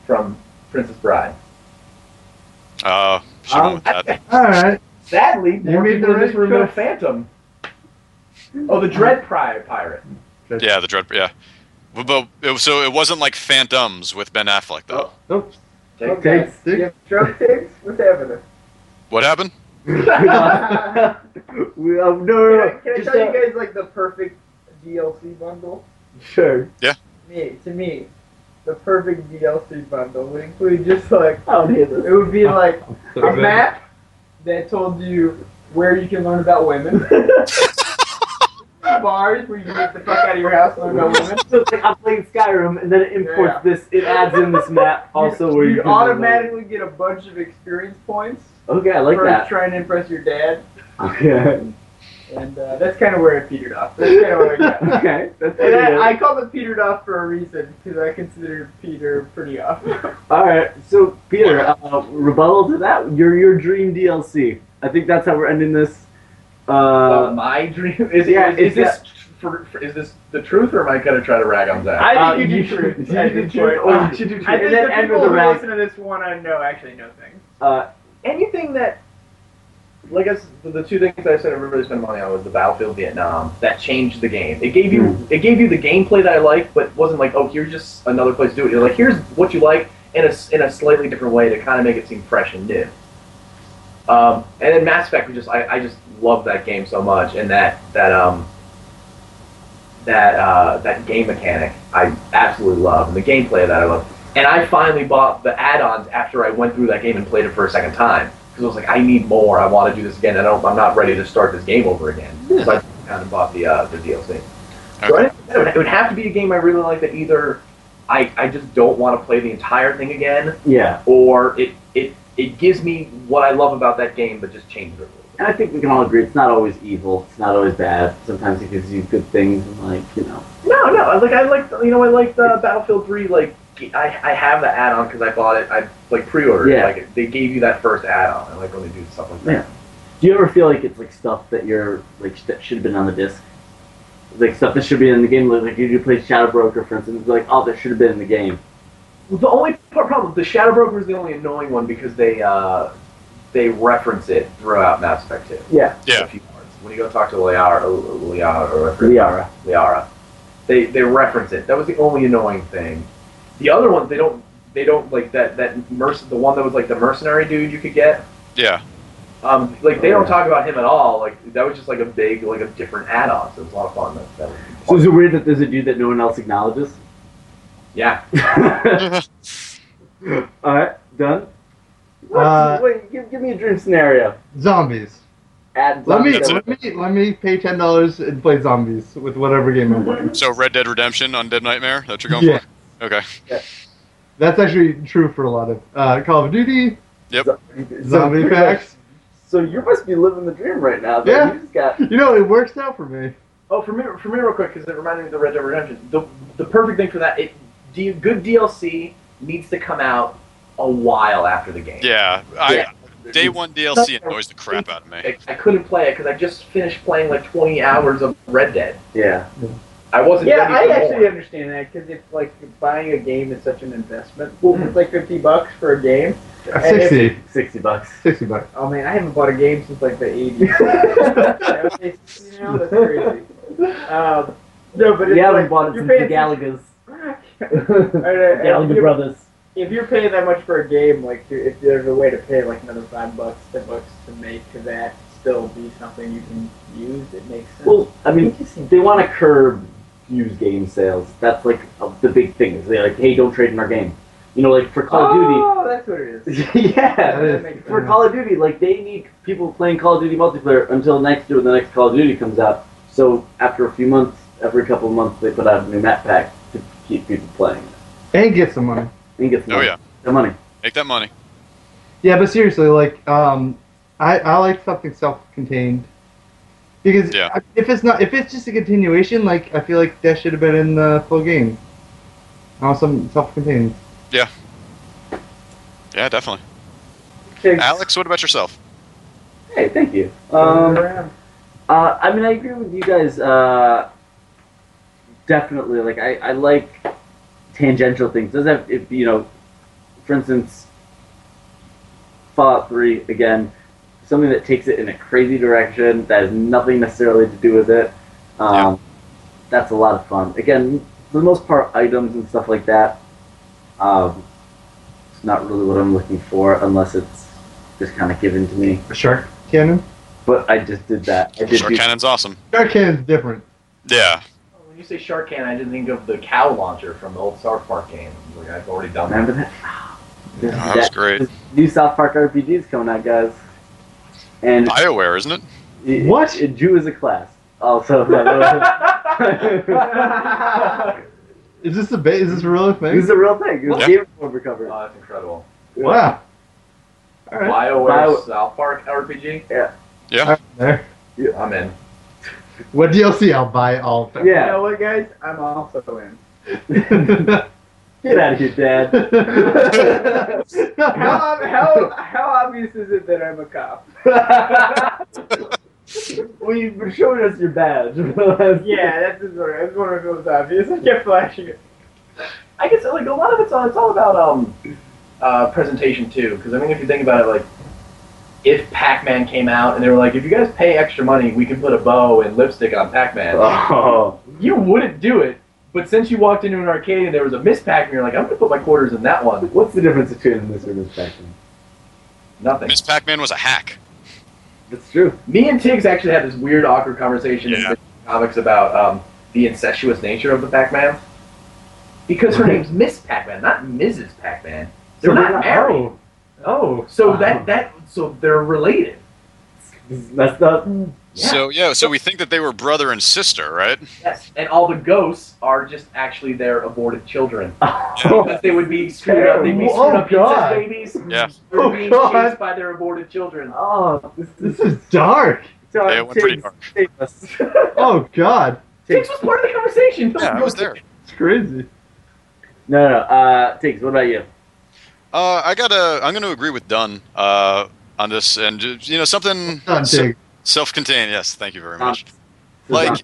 from Princess Bride?
Uh, should have
Um,
went with that.
All right.
[LAUGHS] Sadly, more
made
people
the
in this
right
room know
choice.
Phantom. Oh, the Dread Pri- Pirate.
Yeah, the dread. Yeah, but, but it, was- so it wasn't like Phantoms with Ben Affleck
Oh.
though.
Oops.
Take-
Take- [LAUGHS]
Do [LAUGHS] you have drug takes? What's happening?
What happened?
we, um, no, no,
Can I,
no.
can I
Just,
tell
uh,
you guys like the perfect DLC bundle?
Sure.
Me to me, the perfect DLC bundle would include just like
I don't hear
it
this.
would be like
So
a
good.
map that told you where you can learn
[LAUGHS]
about women. Bars where you can get the fuck out of your house and learn about women.
So it's like [LAUGHS] I'm playing Skyrim, and then it imports
Yeah.
this. It adds in this map also
[LAUGHS] you,
where
you
you can-
automatically get a bunch of experience points
Okay, I like
for
that.
trying to impress your dad,
[LAUGHS] Okay.
and uh, that's kind of where it petered off. [LAUGHS] That's kind of where I got.
okay. That's
And
pretty good.
I, I called it petered off for a reason because I consider Peter pretty off.
All right. So Peter, uh, rebuttal to that, your your dream DLC. I think that's how we're ending this.
Uh,
Uh,
my dream is,
yeah,
is, is
it's
this for, for, is this the truth or am I going to try to rag on
[LAUGHS]
Zach?
I
uh,
think you do
you-
truth.
you
at
do
this
truth,
point.
or you
should do
truth.
I think
And then
the
end
people
with a
who
round.
listen to this one, I know actually know things.
uh,
anything that like I s the, the two things I said I really spent money on was the Battlefield Vietnam. That changed the game. It gave you it gave you the gameplay that I liked, but wasn't like oh here's just another place to do it. You're like here's what you like in a s- in a slightly different way to kind of make it seem fresh and new. Um, and then Mass Effect was just I, I just love that game so much and that that um that uh, that game mechanic I absolutely love and the gameplay of that I love. And I finally bought the add-ons after I went through that game and played it for a second time because I was like, I need more. I want to do this again. I don't. I'm not ready to start this game over again. So I kind of bought the uh, the DLC. So I,
Okay.
it would- it would have to be a game I really like that either I, I just don't want to play the entire thing again,
yeah.
or it it it gives me what I love about that game but just changes it. a little
And I think we can all agree it's not always evil. It's not always bad. Sometimes it gives you good things, and like you know.
bit. No, no. I Like I like you know I like the Battlefield Three. Like I, I have the add-on because I bought it. I like pre-ordered. it.
Yeah.
Like they gave you that first add-on. I like when they do stuff like that.
Yeah. Do you ever feel like it's like stuff that you're like sh- that should have been on the disc, like stuff that should be in the game? Like you do play Shadow Broker, for instance, like oh, that should have been in the game.
Well, the only p- problem, the Shadow Broker is the only annoying one because they uh, they reference it throughout Mass Effect 2.
Yeah.
Yeah.
A few parts. When you go talk to Liara, Liara, or whatever,
Liara.
Liara, they they reference it. That was the only annoying thing. The other ones they don't they don't like that that merc- the one that was like the mercenary dude you could get.
Yeah.
Um, like they
Oh,
don't
yeah.
talk about him at all. Like that was just like a big like a different add-on. So it was a lot of fun. That, that was
So is it weird that there's a dude that no one else acknowledges? [LAUGHS]
yeah.
All right, done. What's,
Uh,
wait, give, give me a dream scenario.
Zombies.
at
Let
Zombie
me,
That's
let me let me pay ten dollars and play zombies with whatever game I'm playing.
So Red Dead Redemption, Undead Nightmare. That you're going
Yeah.
for? Okay.
That's actually true for a lot of uh, Call of Duty, zombie
pretty
packs.
much- So you must be living the dream right now. though.
Yeah.
You just got.
You know, it works out for me.
Oh, for me, for me, real quick, because it reminded me of the Red Dead Redemption. The, the perfect thing for that, it D, good DLC needs to come out a while after the game.
Yeah. I,
Yeah.
day one DLC annoys the crap out of me.
I, I couldn't play it because I just finished playing like 20 hours of Red Dead.
Yeah.
I wasn't.
Yeah, I
ready for
actually
more.
understand that because if like buying a game is such an investment, well, it's like fifty bucks for a game.
Uh,
And if-
60,
Sixty bucks.
60
[LAUGHS]
bucks.
Oh man, I haven't bought a game since like the eighties. [LAUGHS] you know, that's crazy. Um, no, but it's
you haven't
like,
bought it
you're
since the
paying-
Gallagher's.
[LAUGHS] I don't know,
Gallagher
if, you're,
brothers.
if you're paying that much for a game, like you- if there's a way to pay like another five bucks, ten bucks to make that still be something you can use, it makes sense.
Well, I mean, they want to curb used game sales. That's like uh, the big thing. Is they're like, hey, don't trade in our game. You know, like for Call of Duty.
oh, that's what it is.
[LAUGHS] yeah.
That is-
makes
For Call of Duty, like they need people playing Call of Duty multiplayer until next year when the next Call of Duty comes out. So after a few months, every couple of months, they put out a new map pack to keep people playing
And get some money.
and get some
Oh
money.
yeah.
The money.
Make that money.
Yeah, but seriously, like, um, I, I like something self-contained because
Yeah.
I- if it's not if it's just a continuation, like I feel like that should have been in the full game. I want something self-contained.
Yeah, definitely.
Okay,
Alex, what about yourself?
Hey, thank you.
turn
Um,
it around. [LAUGHS]
Uh, I mean, I agree with you guys. Uh, definitely, like I, I like tangential things. Doesn't have if you know, for instance, Fallout Three again, something that takes it in a crazy direction that has nothing necessarily to do with it. Um,
Yeah.
That's a lot of fun. Again, for the most part, items and stuff like that. Um, it's not really what I'm looking for unless it's just kind of given to me.
Shark cannon.
But I just did that. I did
Shark
do
Cannon's awesome.
Shark cannon's different.
Yeah.
When you say Shark Can, I just think of the cow launcher from the old South Park game. Like, I've already done that.
Remember that? This-
That was great.
New South Park RPGs coming out, guys. And
BioWare, isn't it?
it-
What?
it- Jew is a class. Also, [LAUGHS]
Is this a ba- is this a real thing?
this is a real thing. It's
Yeah.
Game Informer cover.
Oh, that's incredible.
wow. All right.
BioWare
Bio-
South Park RPG.
All right, there.
I'm in.
What DLC? I'll buy all of them.
[LAUGHS] Yeah.
You know what, guys? I'm also in.
[LAUGHS]
Get out of here, Dad. [LAUGHS]
How, ob- how, how obvious is it that I'm a cop?
well, you were showing us your badge. [LAUGHS]
Yeah, that's just one, that's one of those obvious. I kept flashing it.
I guess like a lot of it's all it's all about um uh, presentation too. Because I mean, if you think about it, like if Pac-Man came out and they were like, if you guys pay extra money, we can put a bow and lipstick on Pac-Man.
Oh.
You wouldn't do it, but since you walked into an arcade and there was a Miss Pac-Man, you're like, I'm gonna put my quarters in that one.
What's the difference between this and this faction?
Nothing.
Miss Pac-Man was a hack.
That's true.
Me and Tiggs actually had this weird, awkward conversation
Yeah.
in comics about um, the incestuous nature of the Pac-Man. Because her name's Miss Pac-Man, not Mrs. Pac-Man. They're not married.
Oh. Oh.
So that that so they're related.
This is messed up. [LAUGHS]
Yeah.
So yeah, so we think that they were brother and sister, right?
Yes, and all the ghosts are just actually their aborted children.
Oh.
Because they would be screwed up. They'd be screwed
Oh,
up
God.
incest babies.
Yeah.
They were
Oh,
being
God.
chased by their aborted children.
Oh, this,
This is dark.
Yeah, it went pretty dark.
Save us.
Oh God.
Tiggs was part of the conversation.
Yeah, I was
[LAUGHS]
there.
It's crazy.
No, no. Uh, Tiggs, what about you?
Uh, I gotta. I'm gonna agree with Dunn uh, on this, and uh, you know something
Not
se-
big.
self-contained. Yes, thank you very
Um,
much. Like,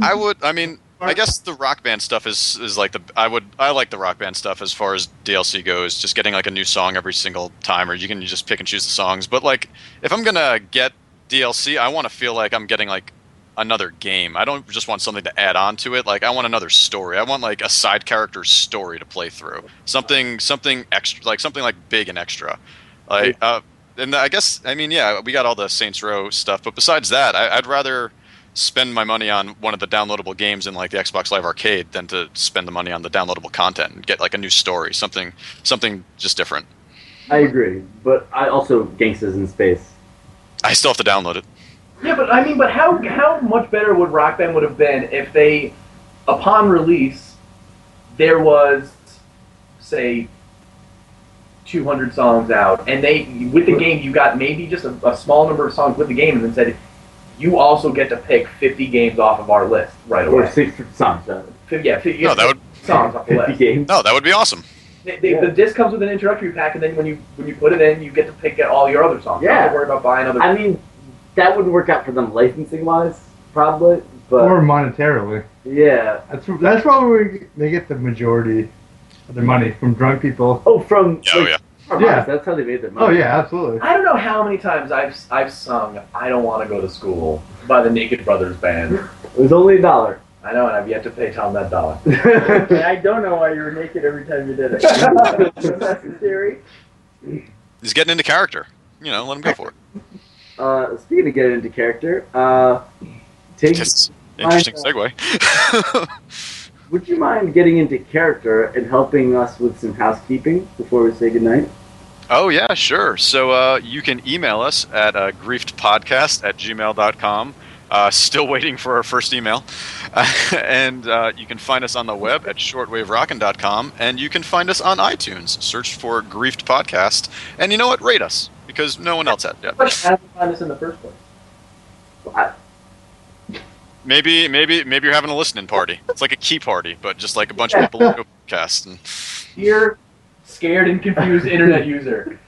I would. I mean, I guess the rock band stuff is is like the. I would. I like the rock band stuff as far as DLC goes. Just getting like a new song every single time, or you can just pick and choose the songs. But like, if I'm gonna get DLC, I want to feel like I'm getting like another game. I don't just want something to add on to it. Like I want another story. I want like a side character story to play through. Something something extra like something like big and extra. Like uh and I guess I mean yeah, we got all the Saints Row stuff, but besides that, I, I'd rather spend my money on one of the downloadable games in like the Xbox Live Arcade than to spend the money on the downloadable content and get like a new story, something something just different.
I agree, but I also gangsters in space.
I still have to download it.
Yeah, but I mean, but how how much better would Rock Band would have been if they, upon release, there was, say, two hundred songs out, and they with the game you got maybe just a, a small number of songs with the game, and then said, you also get to pick fifty games off of our list right
Or
away.
six songs. uh,
Fif- yeah, fif-
No, that would
songs
[LAUGHS]
off the
50
list.
games.
no, that would be awesome.
They, they, The disc comes with an introductory pack, and then when you when you put it in, you get to pick out all your other songs. You don't have
Yeah.
to worry about buying other.
I mean, that wouldn't work out for them licensing wise, probably. But
or monetarily.
yeah.
That's that's probably where they get the majority of their money from drunk people.
Oh, from
Yeah, oh,
like,
yeah.
from
Yeah.
us, that's how they made their money.
Oh yeah, absolutely.
I don't know how many times I've I've sung "I Don't Want to Go to School" by the Naked Brothers [LAUGHS] Band.
It was only a
[LAUGHS]
dollar.
I know, and I've yet to pay Tom that dollar.
And I don't know why you were naked every time you did it. That's the theory.
He's getting into character. You know, let him go for it.
[LAUGHS] Uh, speaking of getting into character, uh, take,
Just interesting segue. [LAUGHS]
would you mind getting into character and helping us with some housekeeping before we say goodnight?
oh yeah, sure. So uh, you can email us at uh, griefedpodcast at gmail.com. Uh, still waiting for our first email. [LAUGHS] and uh, you can find us on the web at shortwaverockin.com. And you can find us on iTunes. Search for Griefed Podcast. And you know what? Rate us because no one else had yet.
How did I find this in the first place?
Maybe, maybe, maybe you're having a listening party. It's like a key party, but just like a bunch of people in a podcast. And
Dear scared and confused [LAUGHS] internet user,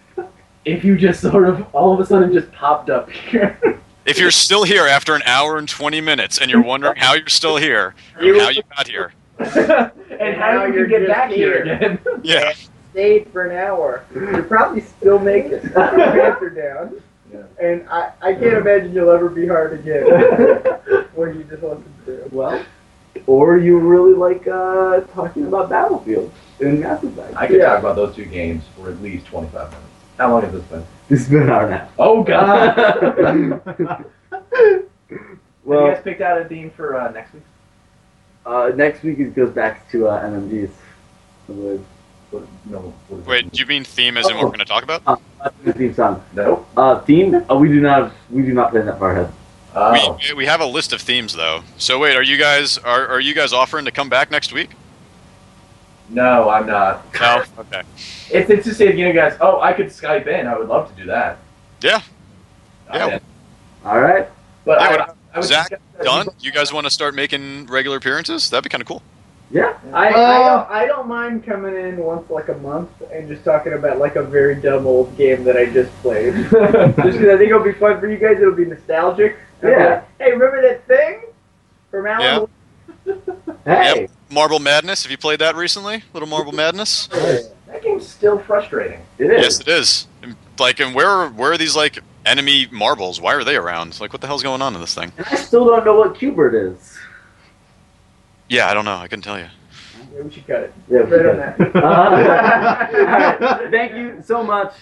if you just sort of all of a sudden just popped up here,
if you're still here after an hour and 20 minutes, and you're wondering how you're still here, or how you got here,
[LAUGHS] and how
Now
did you
you're
get
just
back here
here.
again?
[LAUGHS] yeah,
Stayed for an hour. You're probably still naked. Put your Pants are down.
Yeah.
And I, I can't imagine you'll ever be hard
[LAUGHS]
again when you just listen to.
Well, or you really like uh, talking about Battlefield and Mass Effect?
I could
Yeah.
talk about those two games for at least 25 minutes. How long has this been?
This has been an hour now.
Oh [LAUGHS] God!
[LAUGHS]
Have you
Well,
guys picked out a theme for uh, next week?
uh, next week it goes back to uh, MMGs. I believe.
What, no. What is
Wait,
it?
do you mean theme as in
Oh.
what we're going to talk about?
Uh, the theme song.
no.
Uh, theme? Uh, we do not. We do not plan that far ahead.
Oh.
We, we have a list of themes though. So wait, are you guys are, are you guys offering to come back next week?
No, I'm not.
No. Okay.
If it's just if you know, guys, oh, I could Skype in. I would love to do that.
Yeah.
I'm
Yeah.
in.
All right.
But
Yeah,
I,
but
I would
Zach,
suggest that
Done. You guys want to start making regular appearances? That'd be kind of cool.
I, I, don't, I don't mind coming in once like a month and just talking about like a very dumb old game that I just
[LAUGHS]
played. just because I think it'll be fun for you guys. It'll be nostalgic. I'll be
Yeah.
like, hey, remember that thing from Alan?
Yeah.
Wake?"
Hey.
Marble Madness. Have you played that recently? Little Marble Madness.
That game's still frustrating.
It is.
Yes, it is. And, Like, and where are- where are these like enemy marbles? Why are they around? Like, what the hell's going on in this thing?
And I still don't know what Cubert is.
Yeah, I don't know. I couldn't tell you.
Yeah, we should cut it.
Yeah,
Right on that.
[LAUGHS]
[LAUGHS]
Alright, Thank you so much,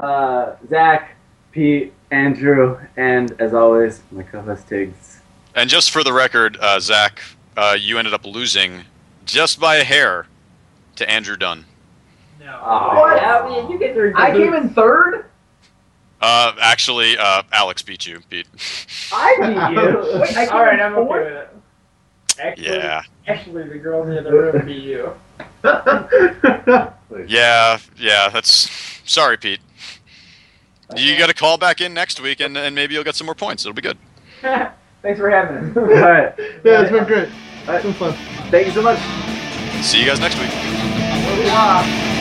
uh, Zach, Pete, Andrew, and as always, my co-host Tiggs.
And just for the record, uh, Zach, uh, you ended up losing just by a hair to Andrew Dunn.
Aw.
What? I mean, you guys are.
I came in third.
Uh, actually, uh, Alex beat you, Pete.
I beat you.
Wait, I came
All right,
in
I'm
fourth?
okay with it. Actually,
[LAUGHS] Yeah,
actually, the girl in the other room beat you.
yeah, yeah. That's sorry, Pete. You got to call back in next week, and, and maybe you'll get some more points. It'll be good.
Thanks for having us.
[LAUGHS]
All right.
yeah, it's been great. It's been fun.
Thank you so much.
See you guys next week.
Wow.